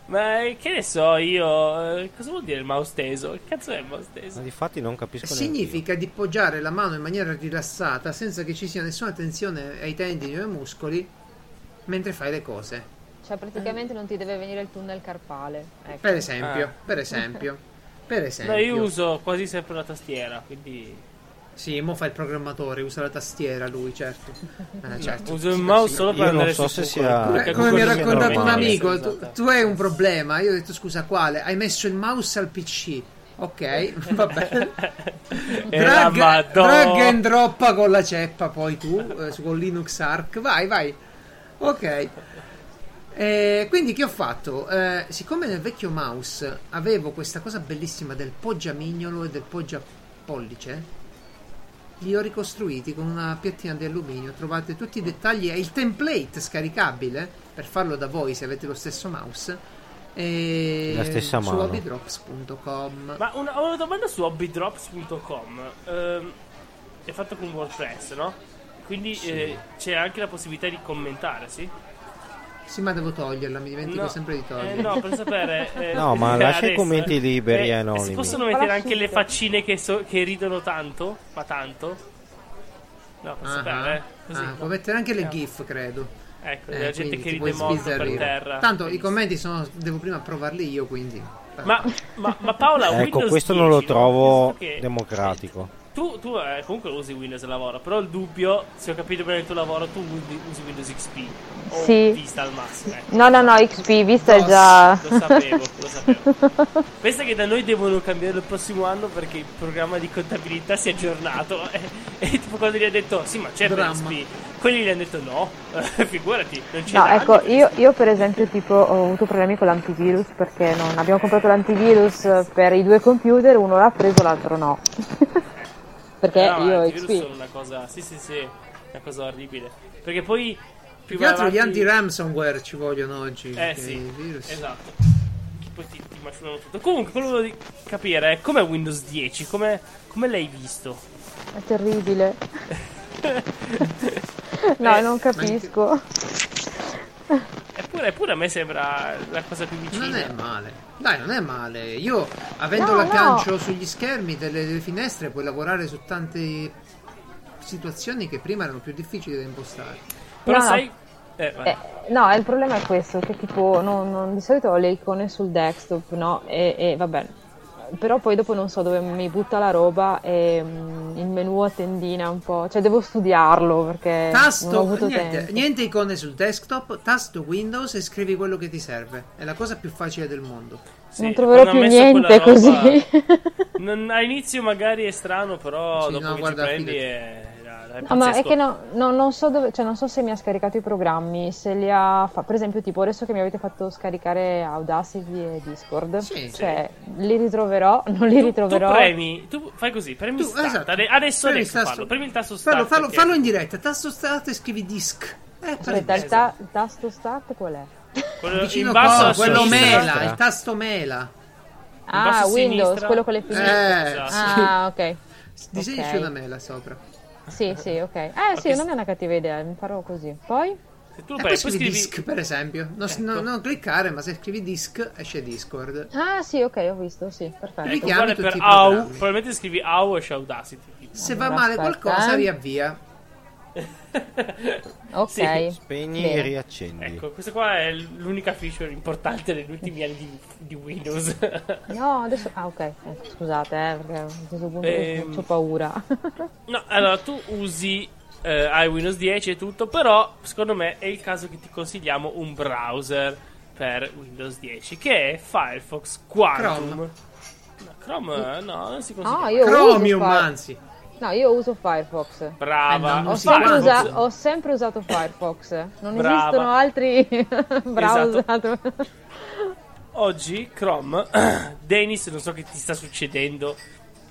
S2: Ma eh, che ne so io? eh, Cosa vuol dire il mouse teso? Che cazzo è il mouse
S3: Ma
S2: teso?
S3: difatti non capisco neanche io.
S1: Significa di poggiare la mano in maniera rilassata senza che ci sia nessuna tensione ai tendini o ai muscoli mentre fai le cose.
S4: Cioè, praticamente non ti deve venire il tunnel carpale. Ecco.
S1: Per esempio,
S2: Ah.
S1: per esempio, per esempio.
S2: No, io uso quasi sempre la tastiera, quindi
S1: Sì, mo fa il programmatore, usa la tastiera lui, certo. Eh, certo.
S2: uso il mouse
S1: sì.
S2: solo per
S3: Io non
S2: andare
S3: so
S2: su
S3: se
S2: Google,
S3: sia-
S2: perché
S1: Come,
S3: Ecco,
S1: come mi
S2: Google
S1: ha
S3: quello
S2: non
S1: raccontato un
S2: permette
S3: normale.
S1: amico,
S2: questa
S1: tu,
S2: usata.
S1: tu hai un problema. Io ho detto scusa quale? Hai messo il mouse al PC. Ok, va bene.
S2: E la
S1: Drag,
S2: Madonna.
S1: drag and droppa con la ceppa, poi tu eh, su- con Linux Arc. Vai, vai. Ok. Eh, quindi che ho fatto? Eh, siccome nel vecchio mouse avevo questa cosa bellissima del poggiamignolo e del poggia pollice, li ho ricostruiti con una piattina di alluminio. Trovate tutti i dettagli e il template scaricabile per farlo da voi se avete lo stesso mouse. E
S3: La stessa
S1: su
S3: mano.
S1: hobbydrops.com.
S2: Ma una, ho una domanda su hobbydrops.com. Ehm, è fatto con WordPress, no? Quindi eh, c'è anche la possibilità di commentare, sì?
S1: Sì, ma devo toglierla, mi dimentico
S2: No,
S1: sempre di
S2: eh,
S1: toglierla.
S2: no, per sapere. eh,
S3: No, ma lascia i
S2: adesso,
S3: commenti
S2: eh,
S3: liberi e
S2: eh,
S3: anonimi.
S2: Si possono mettere
S4: Falla
S2: anche le
S4: subito.
S2: faccine che, so- che ridono tanto? Ma tanto? No, per
S1: Ah,
S2: sapere. eh,
S1: ah,
S2: Così.
S1: può mettere anche le
S2: Eh.
S1: GIF, credo.
S2: Ecco,
S1: Eh,
S2: della gente
S1: quindi
S2: che
S1: ti puoi
S2: ride morto per
S1: sbizzarrire.
S2: terra.
S1: Tanto i
S2: Benissimo.
S1: commenti sono. Devo prima provarli io, quindi.
S2: Ma, ma, ma Paola,
S3: Ecco,
S2: Ah, Windows
S3: questo
S2: 10,
S3: non lo
S2: no?
S3: trovo
S2: Visto che-
S3: democratico.
S2: Tu, tu eh, comunque usi Windows al lavoro, però il dubbio, se ho capito bene il tuo lavoro, tu usi, usi Windows XP. O
S4: Sì.
S2: Vista al massimo. ecco.
S4: No, no, no, XP, vista
S1: No,
S4: è già...
S2: Lo sapevo, lo sapevo. Pensa che da noi devono cambiare il prossimo anno perché il programma di contabilità si è aggiornato. E, e tipo quando gli ha detto sì, ma c'è per
S1: Dramma.
S2: XP, quelli gli hanno detto no, eh, figurati, non c'è
S4: No,
S2: da
S4: ecco,
S2: anni che
S4: io, io per esempio tipo ho avuto problemi con l'antivirus perché non abbiamo comprato l'antivirus per i due computer, uno l'ha preso, l'altro no.
S3: Eh,
S4: perché
S2: No,
S4: io ho
S2: antivirus
S4: XP.
S2: sono una cosa. Sì, sì, sì, una cosa orribile. Perché poi.
S1: Più
S2: Più
S1: che altro
S2: vai
S1: gli
S2: avanti-
S1: anti-ransomware ci vogliono oggi.
S2: Eh
S1: perché
S2: sì,
S1: i virus-
S2: esatto. Che Poi ti, ti macinano tutto. Comunque, quello che volevo di- capire è com'è Windows 10, come, come l'hai visto?
S4: È terribile. no,
S2: Eh,
S4: non capisco.
S2: Eppure, eppure a me sembra la cosa più vicina.
S1: Non è male. Dai, non è male. Io Avendo
S4: No,
S1: l'aggancio
S4: no.
S1: sugli schermi delle, delle finestre puoi lavorare su tante situazioni che prima erano più difficili da impostare.
S2: Però
S4: No, no.
S2: sai... Eh, vai.
S4: Ah. Eh, no, eh, il problema è questo, che tipo non- non- di solito ho le icone sul desktop, no? E, e vabbè, però poi dopo non so dove mi butta la roba e mm, il menu a tendina un po', cioè devo studiarlo perché Eh, non ho
S1: Tasto,
S4: avuto
S1: niente,
S4: tempo.
S1: niente icone sul desktop, tasto Windows e scrivi quello che ti serve. È la cosa più facile del mondo.
S2: Sì,
S4: non troverò più
S2: quando ha messo
S4: niente
S2: quella roba-
S4: così.
S2: Non- a inizio magari è strano, però
S1: Sì,
S2: dopo
S1: no,
S2: che
S1: guarda,
S2: ci prendi
S1: fidati.
S2: è, è
S4: No, Ah, ma è
S2: pazzesco.
S4: che no- no- non, so dove, cioè non so se mi ha scaricato i programmi, se li ha fa- per esempio tipo adesso che mi avete fatto scaricare Audacity e Discord,
S1: Sì,
S4: cioè li ritroverò, non li
S2: Tu-
S4: ritroverò.
S2: Tu premi, tu fai così, premi
S1: Tu,
S2: start.
S1: esatto.
S2: Ade- adesso
S1: Premi il
S2: adesso
S1: tasto-
S2: fallo, premi il tasto start.
S1: Fallo, fallo,
S2: perché-
S1: fallo in diretta, tasto start e scrivi disc. Eh,
S4: Aspetta, il,
S1: per
S4: ta- il tasto start qual è?
S2: quello
S1: vicino
S2: in Eh, basso
S1: qua,
S2: a
S1: quello
S2: sinistra.
S1: mela,
S3: Sinistra.
S1: il tasto mela.
S4: Ah,
S2: basso a
S4: Windows,
S2: sinistra.
S4: quello con le
S1: Eh,
S4: finestre.
S2: Esatto.
S4: Ah, ok.
S1: disegni
S4: Ok.
S1: una mela sopra.
S4: Sì, sì, ok. Eh sì,
S2: che-
S4: non è una cattiva idea, mi farò così. Poi?
S2: Se tu lo
S1: E
S2: premi,
S1: poi
S2: poi
S1: scrivi
S2: scrivi
S1: disc, per esempio. Non, si- non-
S2: Ecco.
S1: non cliccare, ma se scrivi disc esce Discord.
S4: Ah sì, ok, ho visto, sì, perfetto.
S1: Richiami
S2: uguale
S1: tutti
S2: per
S1: i
S2: AU,
S1: programmi.
S2: probabilmente scrivi AU e c'è Audacity. tipo.
S1: Se va
S4: Allora,
S1: male
S4: aspetta,
S1: qualcosa,
S4: eh.
S1: riavvia.
S4: Ok.
S2: Sì.
S3: Spegni
S4: Bene.
S3: e riaccendi.
S2: Ecco, questa qua è l- l'unica feature importante degli ultimi anni di, di Windows.
S4: No, adesso... Ah, ok. Eh, Scusate, eh, perché a un certo punto
S2: Ehm.
S4: ho paura.
S2: no, allora tu usi eh, hai Windows 10 e tutto, però secondo me è il caso che ti consigliamo un browser per Windows 10 che è Firefox Quantum.
S1: Chrome.
S2: No, Chrome eh, no, non si
S1: Ah,
S2: consiglia.
S4: No, io
S1: Chromium,
S4: uso Fire-
S1: anzi.
S4: No, io uso Firefox.
S2: Brava.
S1: Eh, no,
S4: Ho
S1: non si
S4: sempre,
S1: Firefox.
S4: usa- ho sempre usato Firefox. Non
S2: Brava. Esatto.
S4: esistono altri browser.
S2: Oggi Chrome, Dennis, non so che ti sta succedendo.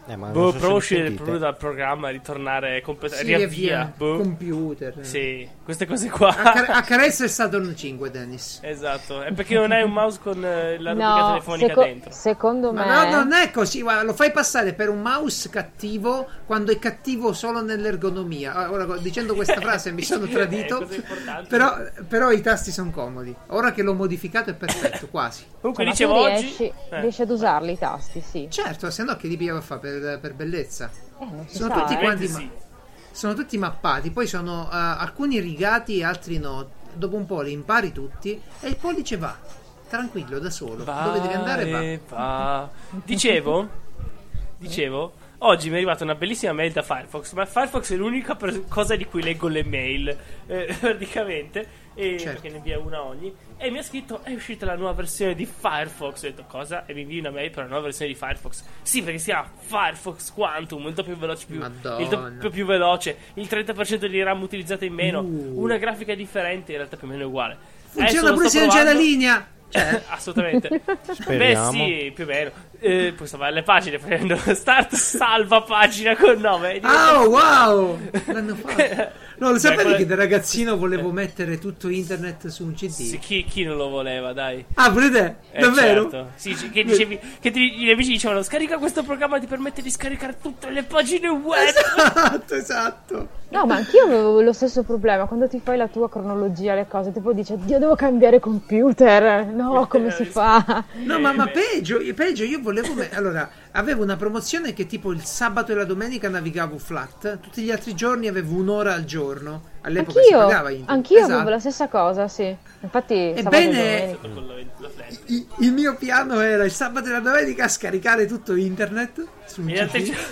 S3: Eh, ma
S2: Boh,
S3: non so se
S2: prova a
S3: mi
S2: uscire
S3: sentite.
S2: proprio dal programma, ritornare completamente.
S1: Si
S2: riavvia. Boh.
S1: Computer.
S2: Sì, queste cose qua.
S1: Acca- accarezza il Saturn 5, Dennis.
S2: esatto, è perché non hai un mouse con eh, la rubrica
S4: No,
S2: telefonica
S4: seco-
S2: dentro.
S4: secondo me...
S1: Ma no, non è così, guarda, lo fai passare per un mouse cattivo quando è cattivo solo nell'ergonomia. Ah, Ora, dicendo questa frase mi sono
S2: Eh,
S1: tradito,
S2: cosa importante.
S1: però, però i tasti sono comodi. Ora che l'ho modificato è perfetto, quasi.
S2: Comunque
S4: Cioè, ma tu
S2: dicevo oggi.
S4: riesci,
S2: eh,
S4: riesci ad usarli i tasti, sì.
S1: Certo, se no che li pigliava a fare per, per bellezza?
S4: Eh, non si
S1: Sono
S4: sa,
S1: tutti
S4: eh.
S1: quanti
S2: sì.
S1: ma- Sono tutti mappati, poi sono eh, alcuni rigati e altri no. Dopo un po' li impari tutti e il pollice va, tranquillo, da solo. Dove devi andare va.
S2: Pare, pa- Dicevo, dicevo, oggi mi è arrivata una bellissima mail da Firefox, ma Firefox è l'unica per- cosa di cui leggo le mail, eh, praticamente, e
S1: Certo.
S2: perché ne invia una ogni, e mi ha scritto è uscita la nuova versione di Firefox, ho detto cosa? E mi invia una mail per la nuova versione di Firefox. Sì, perché si chiama Firefox Quantum, il doppio veloce più,
S1: Madonna.
S2: il doppio più veloce, il 30% di RAM utilizzato in meno,
S1: Uh.
S2: una grafica differente, in realtà più o meno è uguale. Adesso
S1: Funziona
S2: Eh, lo
S1: pure
S2: sto
S1: se non c'è la
S2: provando.
S1: linea.
S2: Cioè, assolutamente.
S3: Speriamo.
S2: Beh, sì, più o meno. Eh, poi stavo alle pagine prendo start salva pagina con Eh, nome.
S1: Ah, oh, wow! L'hanno fatto. No, lo sapevi
S2: quella-
S1: che da ragazzino volevo mettere tutto internet su un CD?
S2: Sì, chi, chi non lo voleva, dai.
S1: Ah, pure te?
S2: Eh,
S1: Davvero?
S2: certo. Sì, sì, che dicevi che ti- gli amici dicevano "Scarica questo programma ti permette di scaricare tutte le pagine web".
S1: Esatto,
S2: certo.
S1: esatto.
S4: No, ma anch'io avevo lo stesso problema. Quando ti fai la tua cronologia, le cose, tipo dici, Dio, devo cambiare computer.
S1: Eh,
S4: No, come si fa?
S1: No, ma,
S2: Eh,
S1: ma peggio, peggio, io volevo... me- Allora, avevo una promozione che tipo il sabato e la domenica navigavo flat, tutti gli altri giorni avevo un'ora al giorno. All'epoca si
S4: Anch'io,
S1: pagava internet.
S4: anch'io avevo
S1: Esatto.
S4: la stessa cosa, sì. Infatti, sabato e
S1: Ebbene-
S4: domenica.
S2: Con la- la flash.
S1: I- il mio piano era il sabato e la domenica scaricare tutto internet su un
S2: E gli
S1: CD.
S2: altri giorni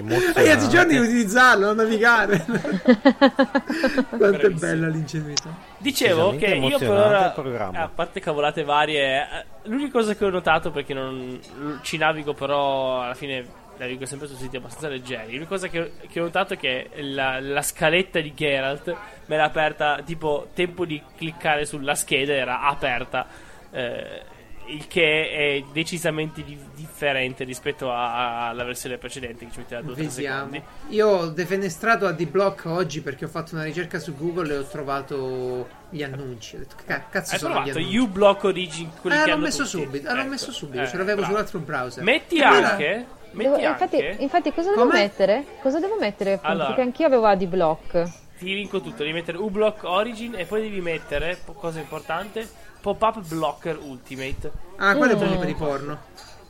S1: E gli altri
S3: Emozionante.
S1: giorni utilizzarlo, non navigare. Quanto è bella l'ingenuità.
S2: Dicevo che
S3: Decisamente
S2: io per
S3: emozionante
S2: ora,
S3: il programma.
S2: a parte cavolate varie, eh, l'unica cosa che ho notato perché non l- ci navigo però alla fine navigo sempre su siti abbastanza leggeri, l'unica cosa che, che ho notato è che la, la scaletta di Geralt me l'ha aperta, tipo tempo di cliccare sulla scheda era aperta, eh, il che è decisamente di- differente rispetto a- alla versione precedente che ci metteva 2-3 secondi.
S1: Vediamo. Io ho defenestrato a D-Block oggi perché ho fatto una ricerca su Google e ho trovato gli annunci. Ho detto, "Ca- cazzo,
S2: Hai
S1: sono gli
S2: provato
S1: annunci.
S2: uBlock Origin quelli
S1: Ah,
S2: che
S1: l'ho
S2: hanno
S1: messo
S2: tutti?
S1: subito, ah, l'ho
S2: Ecco.
S1: messo subito,
S2: Eh,
S1: ce l'avevo
S2: bravo.
S1: sull'altro browser.
S2: Metti
S1: E allora-
S2: anche.
S4: Devo-
S2: Metti
S4: infatti,
S2: anche.
S4: infatti, cosa devo
S1: Com'è?
S4: mettere? Cosa devo mettere? appunto?
S2: Allora.
S4: Perché anch'io avevo AD-Block.
S2: Ti vinco tutto. Devi mettere uBlock Origin e poi devi mettere, po- cosa importante, Pop-up Blocker Ultimate.
S1: Ah, quello è
S4: Mm.
S1: per i porno.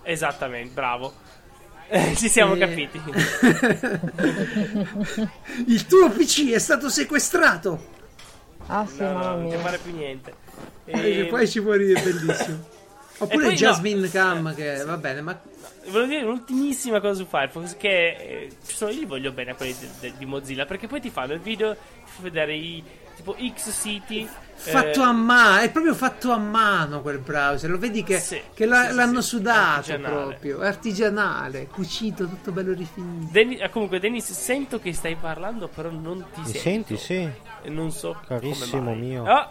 S2: E Esattamente, bravo. Ci siamo
S1: Eh.
S2: capiti.
S1: Il tuo PC è stato sequestrato.
S4: Ah sì,
S2: No, no,
S4: mamma
S2: non ti
S4: mia.
S2: fare più niente.
S1: E poi ci può ridere, bellissimo. Oppure
S2: Ehm. E poi
S1: Jasmine
S2: no.
S1: Cam, che va bene, ma
S2: Volevo dire un'ultimissima cosa su Firefox che eh, ci sono, io li voglio bene a quelli de- de- di Mozilla perché poi ti fanno il video, ti fa vedere i tipo X siti
S1: fatto
S2: eh,
S1: a mano, è proprio fatto a mano quel browser. Lo vedi che,
S2: Sì,
S1: che la-
S2: sì, sì,
S1: l'hanno
S2: sì,
S1: sudato
S2: artigianale.
S1: proprio, è artigianale, cucito, tutto bello rifinito.
S2: Dennis- ah, comunque Dennis sento che stai parlando però non ti
S3: Mi
S2: sento.
S3: senti? Sì,
S2: E Non so
S3: Carissimo
S2: come mai.
S3: mio.
S2: Ah,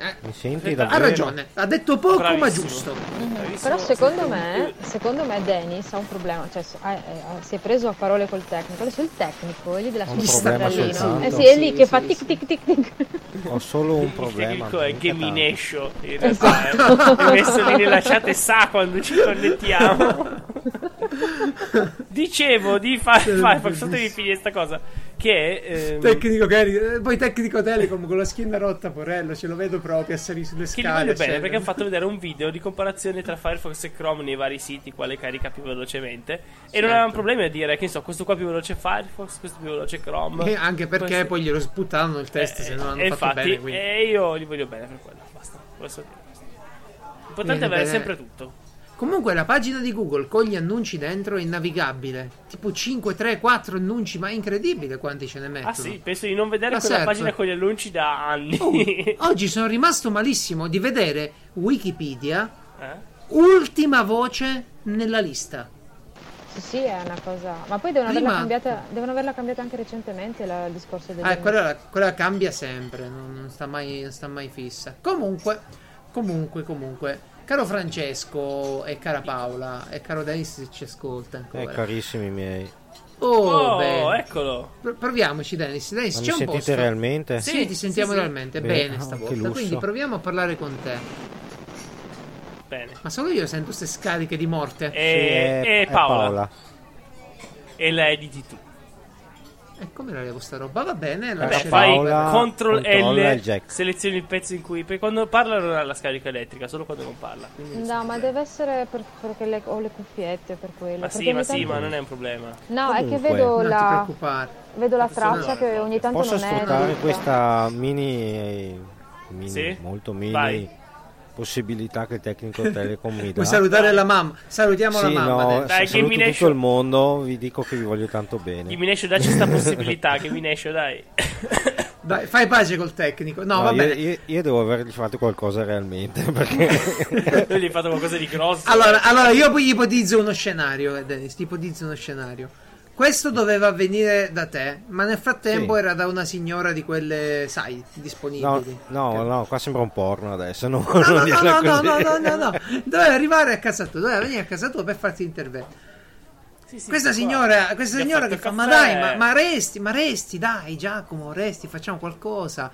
S1: Eh,
S3: mi senti
S2: Aspetta,
S3: davvero?
S1: ha ragione, ha detto poco ma
S2: Bravissimo. Mm.
S1: giusto.
S2: bravissimo.
S4: Mm-hmm. Però secondo
S2: Senti,
S4: me,
S2: eh,
S4: secondo me Dennis ha un problema, cioè s- ha- ha- si è preso a parole col tecnico, adesso il tecnico gli della
S3: Ha
S4: sua
S3: un problema
S4: fratello.
S3: soltanto.
S4: Eh sì, è lì
S1: Sì,
S4: che
S1: sì,
S4: fa
S1: sì.
S4: tic tic tic tic.
S3: Ho solo un
S2: Il
S3: problema.
S2: tecnico Ecco, è
S3: mica tanto.
S2: Gamination in realtà
S4: Esatto.
S2: eh. è messo lì nella chat e sa quando ci connettiamo dicevo di fa- Firefox sotto di finire sta cosa che ehm,
S1: Tecnico che- eh, poi tecnico Telecom con la schiena rotta, porello, ce lo vedo proprio a salire sulle
S2: che li
S1: scale. cioè.
S2: voglio bene
S1: eccetera.
S2: perché hanno fatto vedere un video di comparazione tra Firefox e Chrome nei vari siti quale carica più velocemente
S1: Certo.
S2: e non avevano problemi a dire che ne so questo qua più veloce Firefox questo più veloce Chrome
S1: Eh, anche perché
S2: questo-
S1: poi glielo sputarono il test
S2: Eh,
S1: se non hanno
S2: e
S1: fatto
S2: infatti, eh.
S1: bene. Quindi.
S2: e io li voglio bene per quello basta volevo solo dire questo.
S1: Bene,
S2: l'importante è avere
S1: bene.
S2: sempre tutto
S1: Comunque la pagina di Google con gli annunci dentro è navigabile. Tipo 5, 3, 4 annunci, ma è incredibile quanti ce ne mettono.
S2: Ah sì, penso di non vedere
S1: Ma
S2: quella
S1: certo. Oh.
S2: pagina con gli annunci da anni.
S1: Oggi sono rimasto malissimo di vedere Wikipedia,
S2: Eh?
S1: ultima voce nella lista.
S4: Sì, sì, è una cosa. Ma poi devono
S1: Prima-
S4: averla cambiata, devono averla cambiata anche recentemente la- il discorso del
S1: Ah, quella, quella cambia sempre, non, non sta mai, non sta mai fissa. Comunque, comunque, comunque, caro Francesco e cara Paola e caro Denis se ci ascolta
S3: Eh,
S1: ancora.
S3: carissimi miei.
S1: Oh,
S2: Oh,
S1: bene.
S2: eccolo.
S1: Pro- Proviamoci, Denis. Denis,
S3: Ma
S1: c'è
S3: mi
S1: un
S3: sentite
S1: posto?
S3: realmente?
S1: Sì,
S2: Sì,
S1: ti sentiamo
S2: sì, sì.
S1: realmente
S3: Beh,
S1: bene
S3: ah, che
S1: stavolta.
S3: lusso.
S1: Quindi proviamo a parlare con te.
S2: Bene.
S1: Ma solo io sento queste scariche di morte.
S2: E,
S3: Sì, è-
S2: e
S3: è
S2: Eh, Paola. E la editi tu.
S1: E come la levo sta roba? Va bene, la
S3: Beh,
S1: lascerò-
S2: Eh, Fai
S3: Paola,
S2: Ctrl
S3: controlla il
S2: L,
S3: jack.
S2: selezioni il pezzo in cui... Perché quando parla non ha la scarica elettrica, solo quando non parla. quindi non
S4: No,
S2: so.
S4: ma deve essere per- perché le- ho le cuffiette per quello.
S2: Ma sì,
S4: perché
S2: ma
S4: ogni
S2: sì,
S4: tanto-
S2: ma non è un problema.
S4: No, è che
S3: Comunque.
S4: vedo
S1: Non ti
S4: la,
S1: preoccupare.
S4: vedo la
S2: Adesso
S4: traccia
S2: no,
S4: che
S2: no.
S4: ogni tanto
S3: Posso
S4: non è.
S3: sfruttare
S4: giusta.
S3: questa mini, mini-
S2: Sì?
S3: molto mini
S2: Vai.
S3: possibilità che il tecnico Telecom mi dà?
S1: Puoi salutare la mamma. Salutiamo la
S3: Sì,
S1: mamma.
S3: no,
S1: adesso.
S2: Dai,
S3: saluto
S2: Gaming Nation.
S3: tutto il mondo, vi dico che vi voglio tanto bene.
S2: Gimination, dacci sta possibilità, che Gimination, dai.
S1: Dai, fai pace col tecnico. No,
S3: No,
S1: va
S3: io,
S1: bene.
S3: io- io devo avergli fatto qualcosa realmente perché
S2: Tu gli hai fatto qualcosa di grosso.
S1: Allora, allora, io poi ipotizzo uno scenario, eh, Dennis. Ti ipotizzo uno scenario. Questo doveva avvenire da te, ma nel frattempo
S3: Sì.
S1: era da una signora di quelle, sai,
S3: no,
S1: disponibili.
S3: no, no, qua sembra un porno adesso. Non
S1: No,
S3: voglio
S1: no, no,
S3: dirla
S1: no,
S3: così.
S1: no, no, no, no. Doveva arrivare a casa tua, doveva venire a casa tua per farti l'intervento.
S2: Sì, sì,
S1: Questa
S2: qua.
S1: signora, questa
S2: Gli ha
S1: signora
S2: fatto
S1: che
S2: il
S1: fa, ma
S2: caffè.
S1: dai, ma, ma resti, ma resti, dai Giacomo, resti, facciamo qualcosa.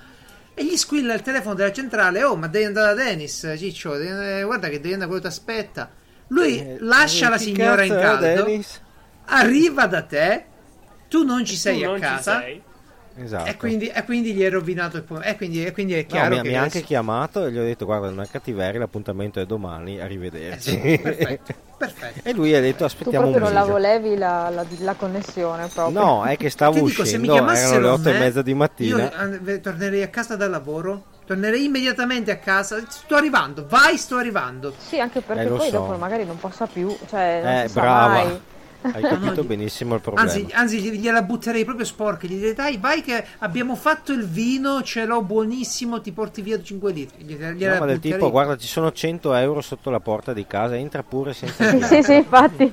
S1: E gli squilla il telefono della centrale, oh, ma devi andare da Dennis, Ciccio, devi andare- guarda che devi andare, quello ti aspetta. Lui
S3: Eh,
S1: lascia la
S3: chi
S1: signora in
S3: cazzo è
S1: caldo,
S3: Dennis?
S1: arriva da te, tu non ci
S2: Tu
S1: sei
S2: non
S1: a
S2: ci
S1: casa,
S2: sei.
S3: Esatto.
S1: E, quindi, e quindi gli è rovinato il pomeriggio. E quindi, e quindi è
S3: No,
S1: chiaro
S3: mi,
S1: che
S3: mi ha anche
S1: adesso-
S3: chiamato e gli ho detto guarda non è cattiveria l'appuntamento è domani arrivederci
S1: Eh, Perfetto, perfetto.
S3: e lui ha detto
S4: Tu
S3: aspettiamo
S4: proprio
S3: un
S4: non la
S3: mese
S4: volevi la, la- la connessione proprio.
S3: no è che stavo
S1: Ti dico, se mi
S3: uscendo erano le
S1: chiamassero
S3: otto
S1: me,
S3: e mezza di
S1: Io
S3: mattina
S1: eh, tornerei a casa dal lavoro. Tornerei immediatamente a casa. Sto arrivando, vai, sto arrivando.
S4: Sì, anche perché
S3: Eh, lo
S4: poi
S3: so.
S4: dopo magari non possa più, cioè non
S3: eh
S4: si sa
S3: brava
S4: mai.
S3: hai
S1: No,
S3: capito
S1: gli-
S3: benissimo il problema
S1: Anzi, anzi, gli- gliela butterei proprio sporca. Gli direi, dai, vai che abbiamo fatto il vino, ce l'ho buonissimo, ti porti via 5 litri. Gli- Gliela
S3: No, ma del
S1: butterei.
S3: tipo guarda ci sono 100 euro sotto la porta di casa entra pure senza
S4: Sì, sì, sì, infatti.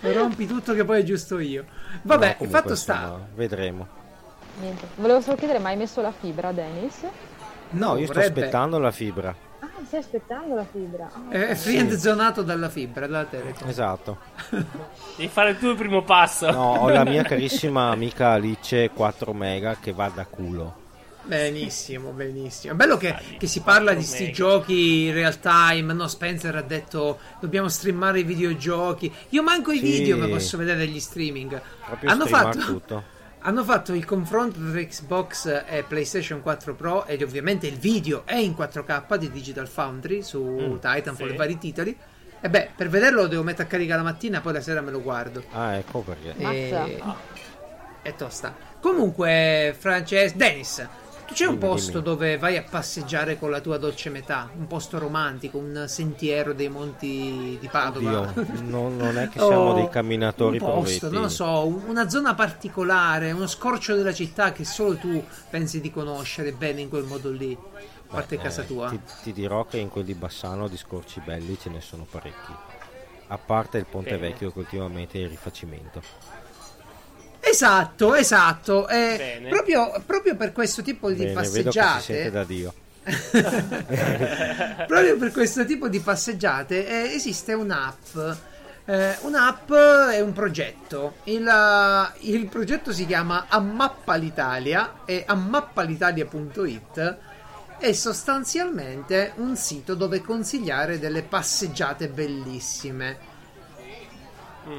S1: Rompi tutto che poi è giusto io. Vabbè,
S3: No,
S1: il
S3: comunque,
S1: fatto sta.
S3: insomma, vedremo
S4: Niente. Volevo solo chiedere, ma hai messo la fibra, Dennis?
S3: no io sto
S1: Vorrebbe-
S3: aspettando la fibra
S4: Ah, stai aspettando la fibra.
S1: È è friendzonato dalla fibra, dalla Telecom.
S3: esatto
S2: Devi fare il tuo primo passo.
S3: no ho la mia carissima amica Alice 4 mega che va da culo
S1: Benissimo, benissimo. È bello che,
S2: Dai,
S1: che si parla di
S2: quattro
S1: sti
S2: mega.
S1: giochi real time. No, Spencer ha detto dobbiamo streamare i videogiochi. Io manco i
S3: Sì.
S1: video che posso vedere degli streaming.
S3: proprio
S1: Hanno
S3: streamar
S1: fatto,
S3: tutto
S1: hanno fatto il confronto tra Xbox e PlayStation 4 Pro ed ovviamente il video è in 4K di Digital Foundry su Titanfall
S2: Mm, sì.
S1: e vari titoli. E beh, per vederlo lo devo mettere a carica la mattina, poi la sera me lo guardo.
S3: Ah, ecco perché.
S4: Mazza.
S1: E... Eh, È tosta. Comunque, Francesco, Dennis, tu c'è un
S3: Dimmi,
S1: posto
S3: dimmi.
S1: dove vai a passeggiare con la tua dolce metà? Un posto romantico, un sentiero dei monti di Padova?
S3: Oddio, non, non è che siamo
S1: O
S3: dei camminatori
S1: Oh, un posto,
S3: provetti.
S1: non lo so, un- una zona particolare, uno scorcio della città che solo tu pensi di conoscere bene in quel modo lì, a parte
S3: Eh,
S1: casa tua.
S3: Ti, ti dirò che in quel di Bassano di scorci belli ce ne sono parecchi. A parte il Ponte
S2: Bene.
S3: Vecchio che ultimamente è in rifacimento.
S1: Esatto, esatto. eh,
S2: Bene.
S1: proprio, proprio per questo tipo di
S3: Bene, vedo che si
S1: passeggiate,
S3: sente da Dio.
S1: proprio per questo tipo di passeggiate eh, esiste un'app. Eh, un'app è un progetto. Il, eh, il progetto si chiama Ammappa l'Italia e ammappalitalia.it è sostanzialmente un sito dove consigliare delle passeggiate bellissime.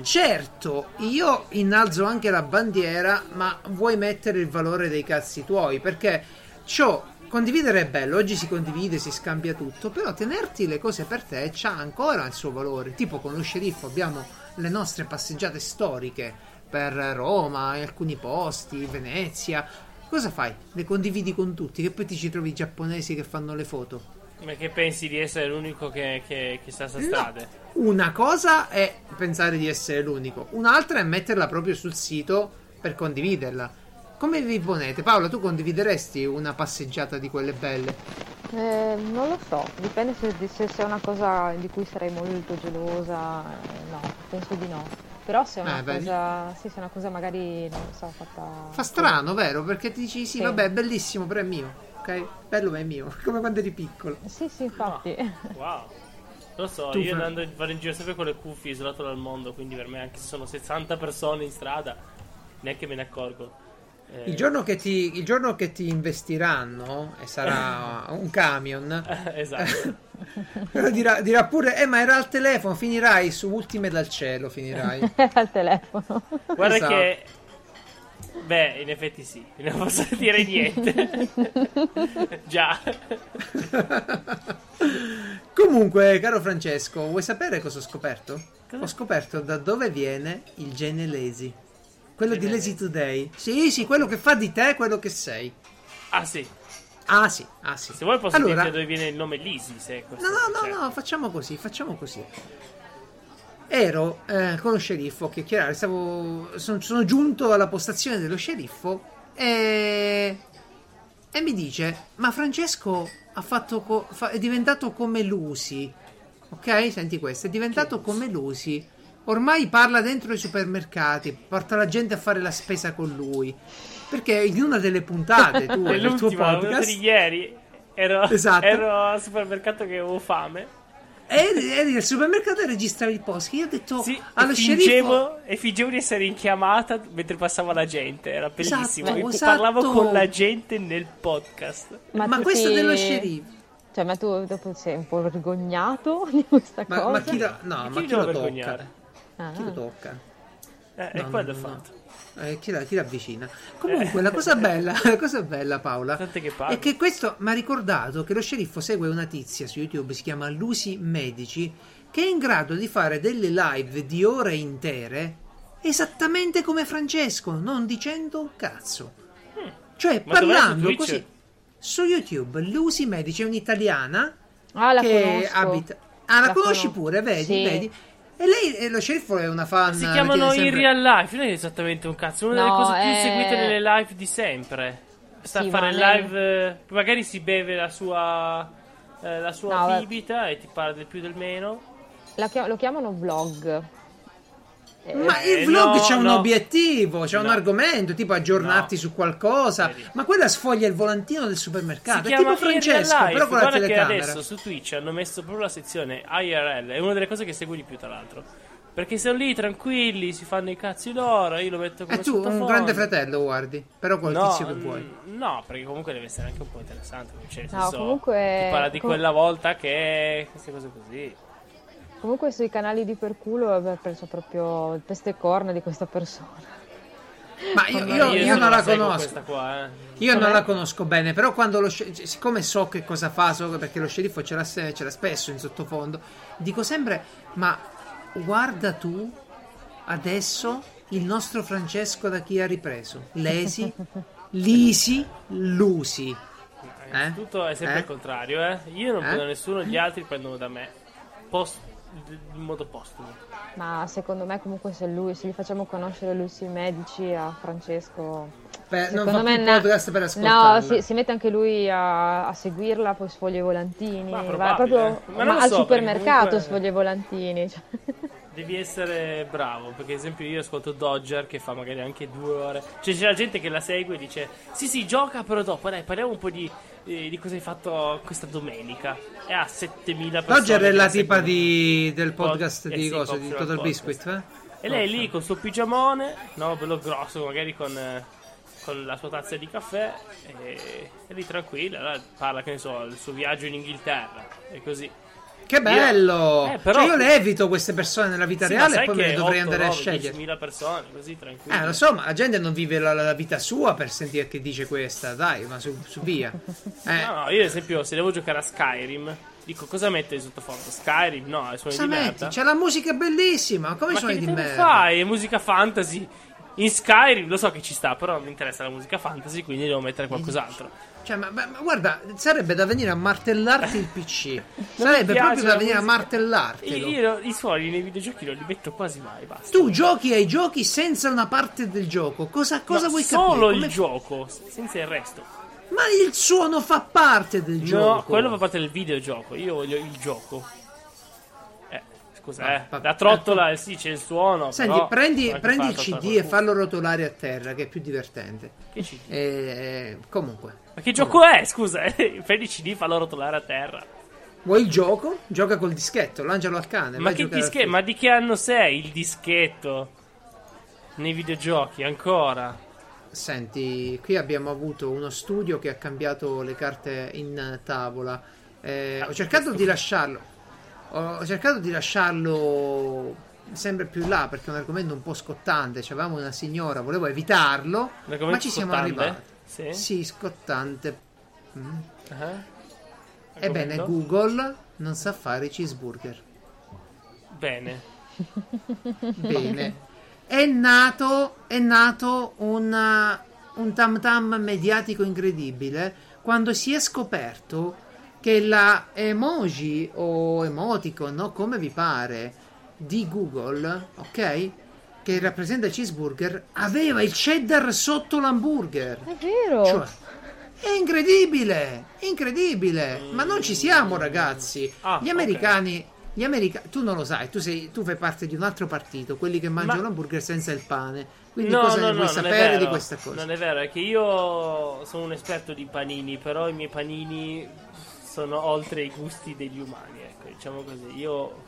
S1: Certo, io innalzo anche la bandiera, ma vuoi mettere il valore dei cazzi tuoi? Perché ciò, condividere è bello, oggi si condivide, si scambia tutto, però tenerti le cose per te c'ha ancora il suo valore. Tipo con lo sceriffo abbiamo le nostre passeggiate storiche per Roma, in alcuni posti, Venezia. Cosa fai? Le condividi con tutti, che poi ti ci trovi i giapponesi che fanno le foto.
S2: Ma che pensi di essere l'unico che, che, che sa sta strade?
S1: Una cosa è pensare di essere l'unico, un'altra è metterla proprio sul sito per condividerla. Come vi ponete? Paola, tu condivideresti una passeggiata di quelle belle?
S4: Eh, non lo so, dipende se, se è una cosa di cui sarei molto gelosa, eh, no, penso di no. Però se è una
S1: Eh, vedi?
S4: cosa, sì, se è una cosa magari, non lo so, fatta...
S1: Fa strano, vero? Perché ti dici sì,
S4: Sì.
S1: vabbè, è bellissimo, però è mio. Ok? Bello, ma è mio. Come quando eri piccolo.
S4: Sì, sì, infatti.
S2: Wow. Lo so,
S1: Tu
S2: io
S1: fai-
S2: andando, vado in giro sempre con le cuffie isolato dal mondo, quindi per me anche se sono 60 persone in strada, neanche me ne accorgo. Eh,
S1: Il giorno che ti, il giorno che ti investiranno, e sarà un camion,
S2: esatto.
S1: però dirà, dirà pure, eh, ma era al telefono, finirai su Ultime dal cielo, finirai.
S4: Al telefono.
S2: Guarda
S1: Esatto.
S2: che... Beh, in effetti sì, non posso dire niente. Già.
S1: Comunque, caro Francesco, vuoi sapere cosa ho scoperto?
S2: Cosa?
S1: Ho scoperto da dove viene il gene Lazy. Quello di
S2: Gene
S1: Lazy Today. Sì, sì, quello che fa di te quello che sei.
S2: Ah sì,
S1: Ah, sì, ah, sì.
S2: se vuoi posso
S1: allora,
S2: dirti da dove viene il nome Lisi, se è questo.
S1: No,
S2: cioè.
S1: no, no, no, facciamo così, facciamo così. Ero eh, con lo sceriffo a chiacchierare, stavo, son- sono giunto alla postazione dello sceriffo e, e mi dice, ma Francesco ha fatto co- fa- è diventato come Lusi, ok? Senti questo, è diventato come Lusi. Ormai parla dentro i supermercati, porta la gente a fare la spesa con lui. Perché in una delle puntate tu, del tuo
S2: Nell'ultima, venuta
S1: podcast,
S2: di ieri, ero,
S1: Esatto.
S2: ero al supermercato che avevo fame.
S1: Eri, eri al supermercato e registravi il post. Io ho detto
S2: Sì,
S1: Oh, allo
S2: e
S1: sceriffo.
S2: fingevo, e fingevo di essere in chiamata mentre passava la gente, era bellissimo.
S1: Esatto,
S2: Io
S1: esatto.
S2: Parlavo con la gente nel podcast.
S1: Ma,
S4: tu
S1: questo
S4: ti-
S1: dello sceriffo.
S4: Cioè, ma tu dopo sei un po' vergognato di questa
S1: Ma,
S4: cosa?
S1: ma chi lo, no,
S2: Chi
S1: ma chi
S2: deve
S1: lo tocca?
S2: vergognare?
S4: Ah,
S1: Chi lo tocca?
S2: Eh,
S1: No,
S2: e quello
S1: no,
S2: ho
S1: no.
S2: fatto.
S1: Eh, chi, la, chi l'avvicina? Comunque, la cosa bella, la cosa bella, Paola,
S2: Tante che parlo.
S1: è che questo mi ha ricordato che lo sceriffo segue una tizia su YouTube, si chiama Lucy Medici, che è in grado di fare delle live di ore intere esattamente come Francesco, non dicendo un cazzo. Cioè,
S2: Mm. Ma dov'è? Su
S1: parlando
S2: Twitch?
S1: così. Su YouTube, Lucy Medici è un'italiana
S4: Ah, la
S1: che
S4: conosco.
S1: abita. Ah, la,
S4: La
S1: conosci
S4: conosco.
S1: pure, vedi,
S4: Sì.
S1: vedi. E lei, e lo sceriffo è una fan.
S2: Si
S1: la
S2: chiamano
S1: tiene
S2: in
S1: sempre-
S2: real life, non è esattamente un cazzo, è una
S4: No,
S2: delle cose più
S4: è-
S2: seguite nelle live di sempre. Sta
S4: Sì,
S2: a fare
S4: ma lei-
S2: live, eh, magari si beve la sua, eh, la sua
S4: No, vabbè.
S2: bibita e ti parla del più del meno.
S4: La chia- lo chiamano vlog. Eh,
S1: Ma
S2: Eh,
S1: il vlog
S2: no,
S1: c'è un
S2: no.
S1: obiettivo, c'è un
S2: No.
S1: argomento, tipo aggiornarti
S2: No.
S1: su qualcosa.
S2: Vedi.
S1: Ma quella sfoglia il volantino del
S2: Si
S1: supermercato. È
S2: chiama
S1: tipo
S2: In
S1: Francesco,
S2: Real Life.
S1: però con la
S2: Guarda che
S1: telecamera.
S2: adesso su Twitch hanno messo proprio la sezione IRL, è una delle cose che segui di più tra l'altro. Perché sono lì tranquilli, si fanno i cazzi loro, io lo metto come
S1: E Eh, tu un
S2: sottofondo.
S1: grande fratello guardi, però col
S2: No,
S1: tizio che vuoi.
S2: mm, no, perché comunque deve essere anche un po' interessante. Cioè, nel
S4: No,
S2: senso,
S4: comunque-
S2: Ti parla di
S4: com-
S2: quella volta che. queste cose così.
S4: Comunque sui canali di Perculo avevo preso proprio il peste corna di questa persona.
S1: Ma io,
S4: Vabbè,
S1: io-
S2: Io,
S1: io non la
S2: seguo
S1: conosco.
S2: questa qua, eh.
S1: Io non
S4: Vabbè.
S1: la conosco bene, però quando lo sce- cioè, siccome so che cosa fa, so che- perché lo sceriffo ce l'ha, se- ce l'ha spesso in sottofondo, dico sempre: Ma guarda tu adesso il nostro Francesco da chi ha ripreso? Lesi, Lisi, Lusi. Eh?
S2: Tutto è sempre
S1: Eh?
S2: il contrario, eh. Io non
S1: Eh?
S2: prendo nessuno, gli altri prendono da me. Post- in modo postumo.
S4: Ma secondo me comunque se lui, se gli facciamo conoscere lui sui medici a Francesco...
S1: Beh, Eh, non
S4: secondo
S1: fa più
S4: me
S1: un
S4: na-
S1: podcast per ascoltarla.
S4: No, si, si mette anche lui a, a seguirla, poi sfoglia i volantini.
S2: Ma
S4: va
S2: probabile.
S4: proprio
S2: Ma non
S4: ma
S2: lo
S4: al
S2: so,
S4: supermercato
S2: perché comunque-
S4: sfoglia i volantini. cioè.
S2: Devi essere bravo, perché ad esempio io ascolto Dodger che fa magari anche due ore. Cioè c'è la gente che la segue e dice sì sì gioca però dopo, dai parliamo un po' di, eh, di cosa hai fatto questa domenica. E ha 7000 persone.
S1: Dodger è
S2: che
S1: la
S2: la
S1: tipa
S2: seguono.
S1: di- del podcast
S2: Pod- eh
S1: di,
S2: sì,
S1: cosa, di
S2: Popular
S1: Total
S2: Podcast.
S1: Biscuit. eh?
S2: E lei è lì col suo pigiamone, no, bello grosso, magari con, eh, con la sua tazza di caffè, e, e lì tranquilla, allora parla, che ne so, del suo viaggio in Inghilterra, e così.
S1: Che bello!
S2: Eh, però-
S1: Cioè, io le evito queste persone nella vita
S2: Sì, ma
S1: reale
S2: sai
S1: e poi
S2: che
S1: me ne dovrei
S2: 8,
S1: andare a
S2: 9,
S1: scegliere.
S2: 10.000 persone, così tranquilla.
S1: Eh, lo so, ma la gente non vive la, la vita sua per sentire che dice questa, dai, ma su, su via. Eh,
S2: No, no, io ad esempio se devo giocare a Skyrim, dico cosa metto di sottofondo? Skyrim? No, è suoni
S1: cosa
S2: di
S1: metti?
S2: merda.
S1: C'è la musica bellissima, ma come
S2: Ma
S1: suoni
S2: che
S1: di
S2: te ne
S1: merda?
S2: fai? È musica fantasy. In Skyrim lo so che ci sta, però mi interessa la musica fantasy, quindi devo mettere qualcos'altro.
S1: Cioè, ma, ma- ma guarda, sarebbe da venire a martellarti il PC. sarebbe
S2: mi piace
S1: proprio da
S2: la
S1: venire a
S2: musica.
S1: martellartelo.
S2: Io, io i suoni nei videogiochi non li metto quasi mai, basta.
S1: Tu giochi ai giochi senza una parte del gioco. Cosa, cosa
S2: No,
S1: vuoi
S2: solo
S1: capire?
S2: il
S1: Come-
S2: gioco, s- senza il resto.
S1: Ma il suono fa parte del gioco.
S2: No, quello fa parte del videogioco, io voglio il gioco. Eh, scusa,
S1: Ah,
S2: eh.
S1: vabbè.
S2: La trottola, eh, sì, c'è il suono,
S1: Senti,
S2: però-
S1: prendi,
S2: anche
S1: prendi il
S2: fa la trottola
S1: CD e
S2: qualcuno.
S1: fallo rotolare a terra, che è più divertente.
S2: Che CD?
S1: Eh, comunque.
S2: Ma che gioco è? Scusa, prendi il CD, fallo rotolare a terra.
S1: Eh, Vuoi il gioco? Gioca col dischetto, lancialo al cane.
S2: Ma,
S1: vai a
S2: che
S1: giocare al
S2: dischetto?
S1: film.
S2: Ma di che anno sei il dischetto? Nei videogiochi, ancora?
S1: Senti, qui abbiamo avuto uno studio che ha cambiato le carte in eh, tavola. Eh, ho cercato di lasciarlo. Ho ho cercato di lasciarlo sempre più là perché è un argomento un po' scottante. C'avevamo una signora, volevo evitarlo, ma
S2: L'argomento
S1: ci siamo
S2: scottante?
S1: arrivati.
S2: Sì?
S1: Sì, scottante. Mm.
S2: Ah.
S1: Ebbene,
S2: Argomento?
S1: Google non sa fare i cheeseburger.
S2: Bene.
S1: Bene. È nato, è nato un, uh, un tam tam mediatico incredibile quando si è scoperto che la emoji o emoticon, no? come vi pare, di Google, ok? Che rappresenta il cheeseburger, aveva il cheddar sotto l'hamburger.
S4: È vero.
S1: Cioè, è incredibile, incredibile. Ma non ci siamo, ragazzi.
S2: Ah,
S1: gli americani. Gli america- tu non lo sai, tu, sei, tu fai parte di un altro partito, quelli che mangiano
S2: Ma-
S1: l'hamburger senza il pane. Quindi
S2: no,
S1: cosa
S2: no,
S1: ne
S2: no,
S1: vuoi
S2: non è
S1: sapere di
S2: vero.
S1: questa cosa?
S2: Non è vero, è che io sono un esperto di panini, però i miei panini sono oltre i gusti degli umani, ecco, diciamo così. Io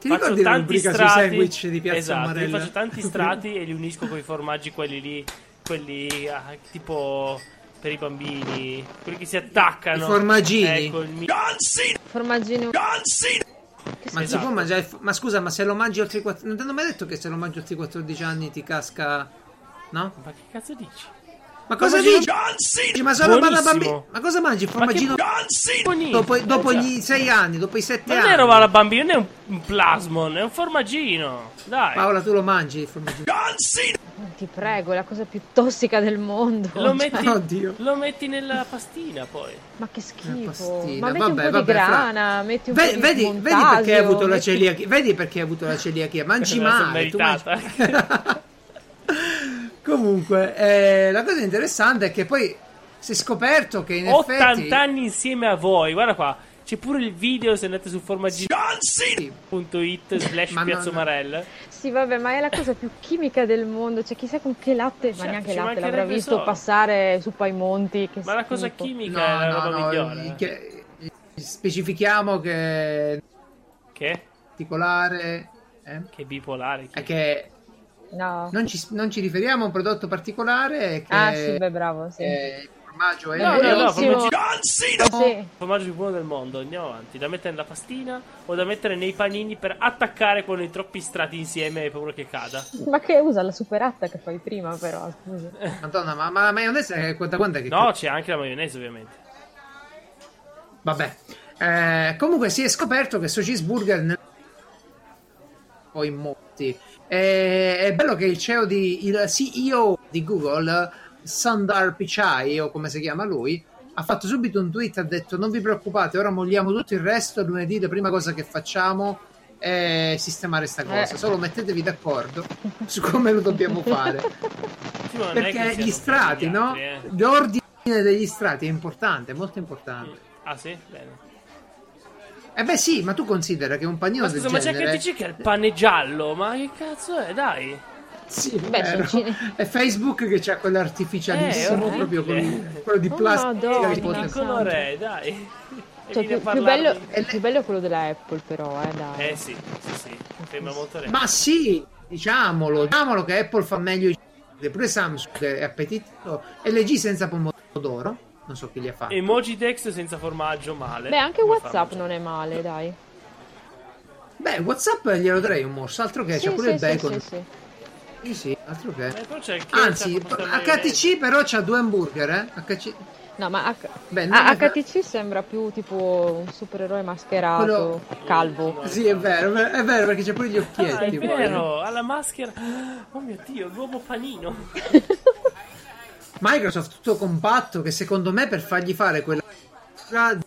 S1: Ti
S2: faccio
S1: ricordi la
S2: tanti
S1: rubrica sui
S2: strati,
S1: sandwich di Piazza
S2: esatto, io
S1: Amarella?
S2: faccio tanti strati e li unisco con i formaggi quelli lì, quelli ah, tipo per i bambini, quelli che si attaccano.
S1: I formaggini?
S2: Ecco, il mi-
S4: Formaggino.
S1: Ma, si
S2: Esatto.
S1: può mangiare il fo- ma scusa, ma se lo mangi oltre i 14 Non ti hanno mai detto che se lo mangi oltre i 14 anni ti casca. No?
S2: Ma che cazzo dici?
S1: Ma cosa
S2: Formaggino-
S1: dici? Ma solo per la
S2: Buonissimo.
S1: bambina. Ma cosa mangi? Il
S2: Ma che
S1: formaggino
S2: buoni-
S1: dopo, dopo
S2: Esatto.
S1: gli 6 anni, dopo i 7
S2: Ma
S1: anni.
S2: non è roba da bambino, non è un, un plasmon, è un formaggino. Dai.
S1: Paola, tu lo mangi il formaggino?
S4: Ti prego, è la cosa più tossica del mondo.
S2: Lo
S4: Cioè,
S2: metti,
S1: Oddio.
S2: lo metti nella pastina poi.
S4: ma che
S1: Una
S4: schifo.
S1: Eh, pastina.
S4: Ma metti un
S1: Vabbè,
S4: po' di
S1: vabbè, Fra.
S4: grana, metti un
S1: Ve-
S4: po' di
S1: vedi, vedi
S4: montasio,
S1: perché hai avuto la
S4: metti-
S1: celiachia? Vedi perché hai avuto la celiachia? Mangi
S2: Me la son
S1: male. tu
S2: meritata.
S1: mangi- Comunque, eh, la cosa interessante è che poi si è scoperto che in
S2: 80
S1: effetti
S2: anni insieme a voi, guarda qua. C'è pure il video se andate su
S1: Sì.
S2: formaggino.it slash
S1: Ma no,
S2: piazzomarella.
S4: Sì, vabbè, ma è la cosa più chimica del mondo. Cioè, chissà con che latte,
S2: Certo,
S4: ma neanche
S2: ci
S4: latte l'avrà
S2: mancherebbe
S4: visto
S2: solo.
S4: passare su Paimondi. Che
S2: Ma la cosa
S4: schifo.
S2: chimica
S1: No,
S2: è la
S1: no,
S2: roba
S1: no,
S2: migliore. eh. Che?
S1: che- specifichiamo che in
S2: che?
S1: particolare eh,
S2: bipolare. chi-
S1: è che
S4: No.
S1: non ci, non ci riferiamo a un prodotto particolare. Che,
S4: Ah, sì, beh, Ah, bravo, sì.
S1: eh, formaggio è
S2: No, no, no,
S4: Buonissimo.
S2: formaggio-
S4: Sì.
S2: formaggio più buono del mondo. Andiamo avanti. Da mettere nella pastina o da mettere nei panini per attaccare quando i troppi strati insieme hai paura che cada.
S4: Ma che usa la superatta che fai prima, però. scusi.
S1: Madonna, ma, ma la maionese è da quando è che
S2: No, c'è anche la maionese, ovviamente.
S1: Vabbè. Eh, comunque si è scoperto che sto cheeseburger nel- poi molti. Eh, è bello che il CEO di il CEO di Google, Sundar Pichai, o come si chiama lui, ha fatto subito un tweet ha detto "Non vi preoccupate, ora molliamo tutto il resto lunedì, la prima cosa che facciamo è sistemare sta cosa,
S4: Eh.
S1: solo mettetevi d'accordo su come lo dobbiamo fare"
S4: Cioè,
S2: Sì, ma non è che
S1: perché
S2: siano
S1: gli strati,
S2: tutti
S1: no?
S2: gli altri, eh.
S1: L'ordine degli strati è importante, molto importante.
S2: Ah, sì? Bene.
S1: Eh beh sì, ma tu considera che un panino
S2: Ma scusa,
S1: del
S2: ma c'è
S1: genere...
S2: che dici che è il pane giallo? Ma che cazzo è? Dai.
S1: Sì,
S4: Beh,
S1: vero.
S4: sono cine-
S1: È Facebook che c'ha quell'artificialissimo
S2: Eh, è
S1: proprio
S2: orribile.
S1: con quello di
S4: Oh,
S1: plastica
S4: Madonna.
S1: che
S2: Che
S1: poteva-
S4: Santo.
S2: colore è? Dai.
S4: Cioè,
S2: Vieni a
S4: più, più
S2: parlarmi.
S4: bello, più bello è quello della Apple, però, eh, dai.
S2: Eh sì, sì, sì. Sembra molto reale.
S1: Ma sì, diciamolo, diciamolo che Apple fa meglio i c***i, pure Samsung è appetitoso, LG senza pomodoro, non so chi li ha fatti.
S2: Emoji text senza formaggio, male.
S4: Beh, anche
S2: Come
S4: WhatsApp
S2: farlo? cioè?
S4: non è male, dai.
S1: Beh, WhatsApp glielo darei un morso, altro che c'ha
S4: Sì,
S1: pure
S4: sì,
S1: il
S4: sì,
S1: bacon.
S4: sì,
S1: Sì,
S4: sì.
S1: sì, altro
S2: Eh,
S1: che.
S2: però c'è chi
S1: Anzi,
S2: c'ha questa maionese.
S1: HTC però c'ha due hamburger, eh? HTC
S4: No, ma H-
S1: Beh, non
S4: Ah,
S1: è-
S4: HTC sembra più tipo un supereroe mascherato, calvo.
S1: Sì, è vero, è vero perché c'è pure gli
S2: Ah, è
S1: occhietti. poi.
S2: vero, alla maschera. Oh mio dio, l'uomo panino.
S1: Microsoft tutto compatto che secondo me per fargli fare quella di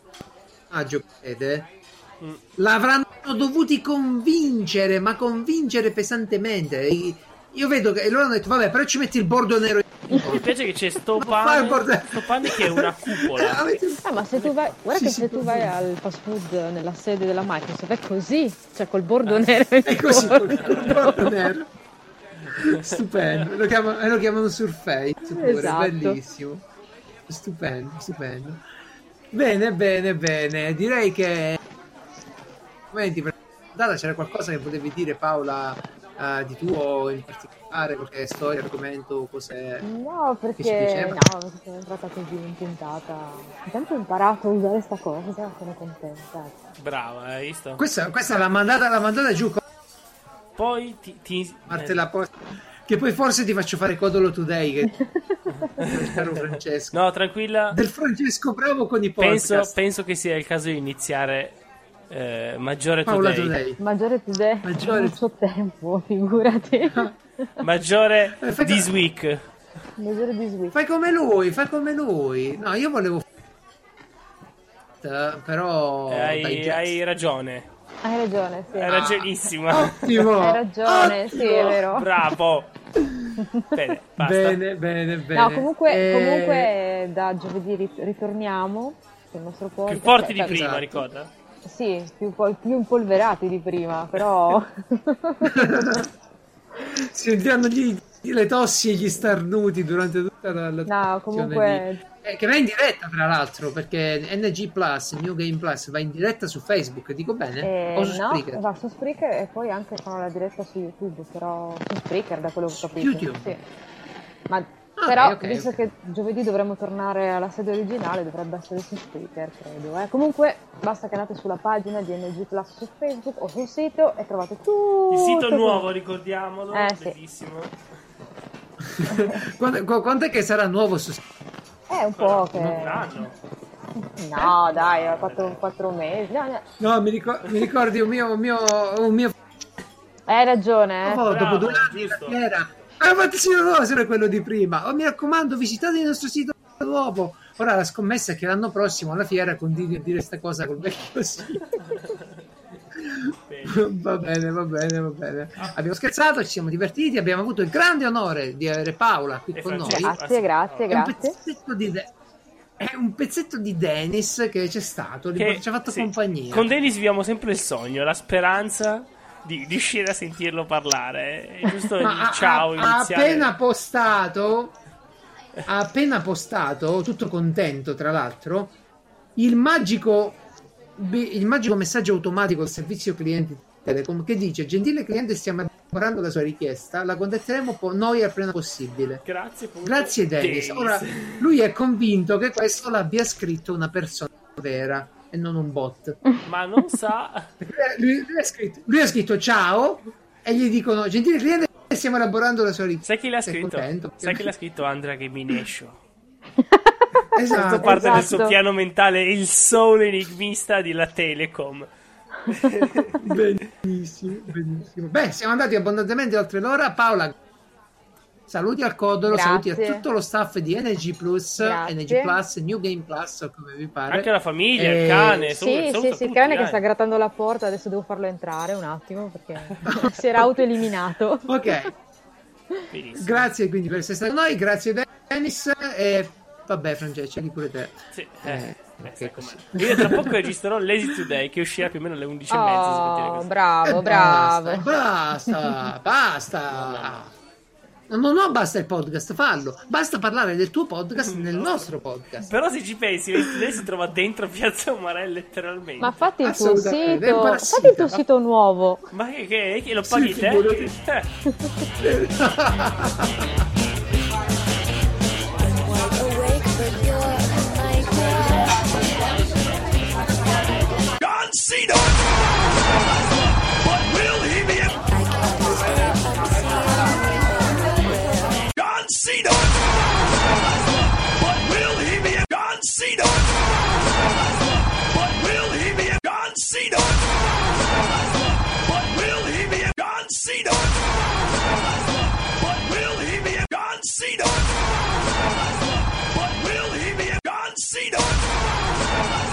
S1: maggio che vede,
S2: Mm.
S1: l'avranno dovuti convincere, ma convincere pesantemente. I- Io vedo che e loro hanno detto vabbè, però ci metti il bordo nero.
S2: Mi piace che c'è sto
S1: Fai il
S2: pane.
S1: bordello."
S2: Sto pane che è una cupola.
S4: Eh, ma se tu vai, guarda
S1: Sì,
S4: che
S1: sì,
S4: se tu
S1: proprio.
S4: vai al fast food nella sede della Microsoft è così, cioè col
S2: Eh.
S4: bordo nero
S1: È così,
S4: intorno.
S1: il bordo nero. Stupendo, lo chiamano, lo chiamano surface pure,
S4: Esatto.
S1: bellissimo. Stupendo, stupendo. Bene, bene, bene. Direi che Momenti, per data c'era qualcosa che potevi dire Paola eh, di tuo in particolare, qualche storia, argomento, cos'è?
S4: No,
S1: Che si
S4: perché
S1: diceva?
S4: no, perché sono entrata così in puntata. Ho sempre imparato a usare sta cosa, sono contenta.
S2: Brava, hai visto?
S1: Questa, questa l'ha mandata, l'ha mandata giù con
S2: Poi ti. ti...
S1: parte la posta. Che poi forse ti faccio fare Codolo Today, che caro Francesco.
S2: Eh. No, tranquilla.
S1: Del Francesco Bravo con i
S2: Penso,
S1: podcast.
S2: penso che sia il caso di iniziare eh, Maggiore
S1: Paola
S2: Today.
S1: Today.
S4: Maggiore today
S1: Maggiore-
S4: il suo tempo, figurati.
S2: Maggiore
S1: Eh, fai-
S2: This Week.
S4: Maggiore di Switch.
S1: Fai come lui, fai come lui. No, io volevo... Eh, Però...
S2: Eh,
S1: dai,
S2: hai,
S1: già.
S2: hai ragione.
S4: Hai ragione, sì.
S1: Eh,
S2: Hai
S4: Hai
S2: ragionissima.
S1: Ottimo! Ah,
S4: ragione, sì, è vero.
S2: Bravo. Bene, basta.
S1: Bene, bene, bene.
S4: No, comunque,
S1: Eh,
S4: comunque da giovedì rit- ritorniamo con il nostro podcast.
S2: Più forti di
S4: Cioè,
S2: prima,
S1: esatto.
S2: ricorda?
S4: Sì, più, pol- più impolverati di prima, però...
S1: sentiranno gli, le tossi e gli starnuti durante tutta la, la
S4: no,
S1: trasmissione
S4: comunque...
S1: di- eh, che va in diretta tra l'altro perché NG Plus New Game Plus va in diretta su Facebook dico bene
S4: eh,
S1: o su
S4: no,
S1: Spreaker?
S4: va su Spreaker e poi anche fanno la diretta su YouTube, però su Spreaker da quello che ho
S1: Su
S4: capito.
S1: YouTube?
S4: Sì. Ma,
S1: Ah,
S4: però,
S1: ok, ok,
S4: visto
S1: ok.
S4: che giovedì dovremmo tornare alla sede originale, dovrebbe essere su Spreaker, credo. eh. Comunque, basta che andate sulla pagina di NG Plus su Facebook o sul sito e trovate tutto.
S2: Il sito
S4: quello-
S2: nuovo, ricordiamolo.
S4: Eh, sì.
S2: Bellissimo.
S1: Quando- qu- quando è che sarà nuovo su
S4: È Eh, un po'
S2: Ancora
S4: che...
S2: Un anno.
S4: No, dai, era quattro, quattro mesi. No, no.
S1: no mi, ricor- mi ricordi un mio un mio, un mio
S4: Eh, Hai ragione, eh.
S1: Oh,
S2: Bravo,
S1: dopo due anni
S2: giusto.
S1: era ah ma sì, no, no, era quello di prima oh, mi raccomando visitate il nostro sito nuovo ora la scommessa è che l'anno prossimo alla fiera continui a dire sta cosa col vecchio sito
S2: Bene.
S1: Va bene, va bene, va bene. Abbiamo scherzato, ci siamo divertiti, abbiamo avuto il grande onore di avere Paola qui
S2: E
S1: con
S2: Francesco.
S1: noi.
S4: Grazie, grazie,
S1: È un,
S4: grazie.
S1: pezzetto di De- è un pezzetto di Dennis che c'è stato, li-
S2: Che-
S1: ci ha fatto
S2: sì.
S1: compagnia.
S2: Con Dennis viviamo sempre il sogno, la speranza di riuscire a sentirlo parlare. È giusto il
S1: Ma ha-
S2: ciao
S1: ha, ha
S2: iniziale.
S1: appena postato, ha appena postato, tutto contento tra l'altro, il magico, be- il magico messaggio automatico del servizio clienti di Telecom che dice: Gentile cliente, stiamo Orando la sua richiesta, la contatteremo po- noi appena possibile.
S2: Grazie, punto.
S1: Grazie Dennis. Ora lui è convinto che questo l'abbia scritto una persona vera e non un bot.
S2: Ma non sa.
S1: Perché Lui, lui ha, scritto, lui ha scritto ciao e gli dicono gentile cliente stiamo elaborando la sua richiesta.
S2: Sai chi l'ha
S1: Sei
S2: scritto?
S1: contento?
S2: Sai chi l'ha scritto Andrea Gaminescio?
S1: Esatto.
S2: Parte del suo
S4: Esatto.
S2: piano mentale, il solo enigmista della Telecom.
S1: Benissimo, benissimo. Beh, siamo andati abbondantemente oltre l'ora. Paola, saluti al Codolo,
S4: Grazie.
S1: saluti a tutto lo staff di Energy Plus,
S4: Grazie.
S1: Energy Plus, New Game Plus, o come vi pare.
S2: Anche la famiglia,
S1: Eh,
S2: il cane.
S4: Sì, sì, sì, il cane che sta grattando la porta, adesso devo farlo entrare un attimo perché si era autoeliminato.
S1: Ok, grazie quindi per essere stato con noi, grazie Dennis e vabbè Francesco, di pure te.
S2: Sì, eh,
S1: Eh,
S2: eh,
S1: ok,
S2: sai
S1: così.
S2: com'è. Io tra poco registrerò l'Easy Today che uscirà più o meno alle 11.30.
S4: Oh, bravo,
S1: E
S4: bravo.
S1: Basta, basta, basta. No, no, no, basta il podcast, fallo. Basta parlare del tuo podcast nel nostro podcast.
S2: Però se ci pensi, l'Easy Today si trova dentro Piazza Umarella letteralmente.
S4: Ma fatti il tuo
S1: Assolutamente, è
S4: sito,
S1: parassita.
S4: fatti il tuo sito nuovo.
S2: Ma che, che, che lo
S1: Sì,
S2: paghi te?
S1: figurati.
S2: Eh.
S5: I'm wide awake, but you're my girl.
S6: John Cena. But will he be a
S5: I can't escape unseen.
S6: John Cena? But will he be a John Cena? But will he be a John Cena? But will he be a John Cena? But will he be a John Cena? But will he be a John Cena?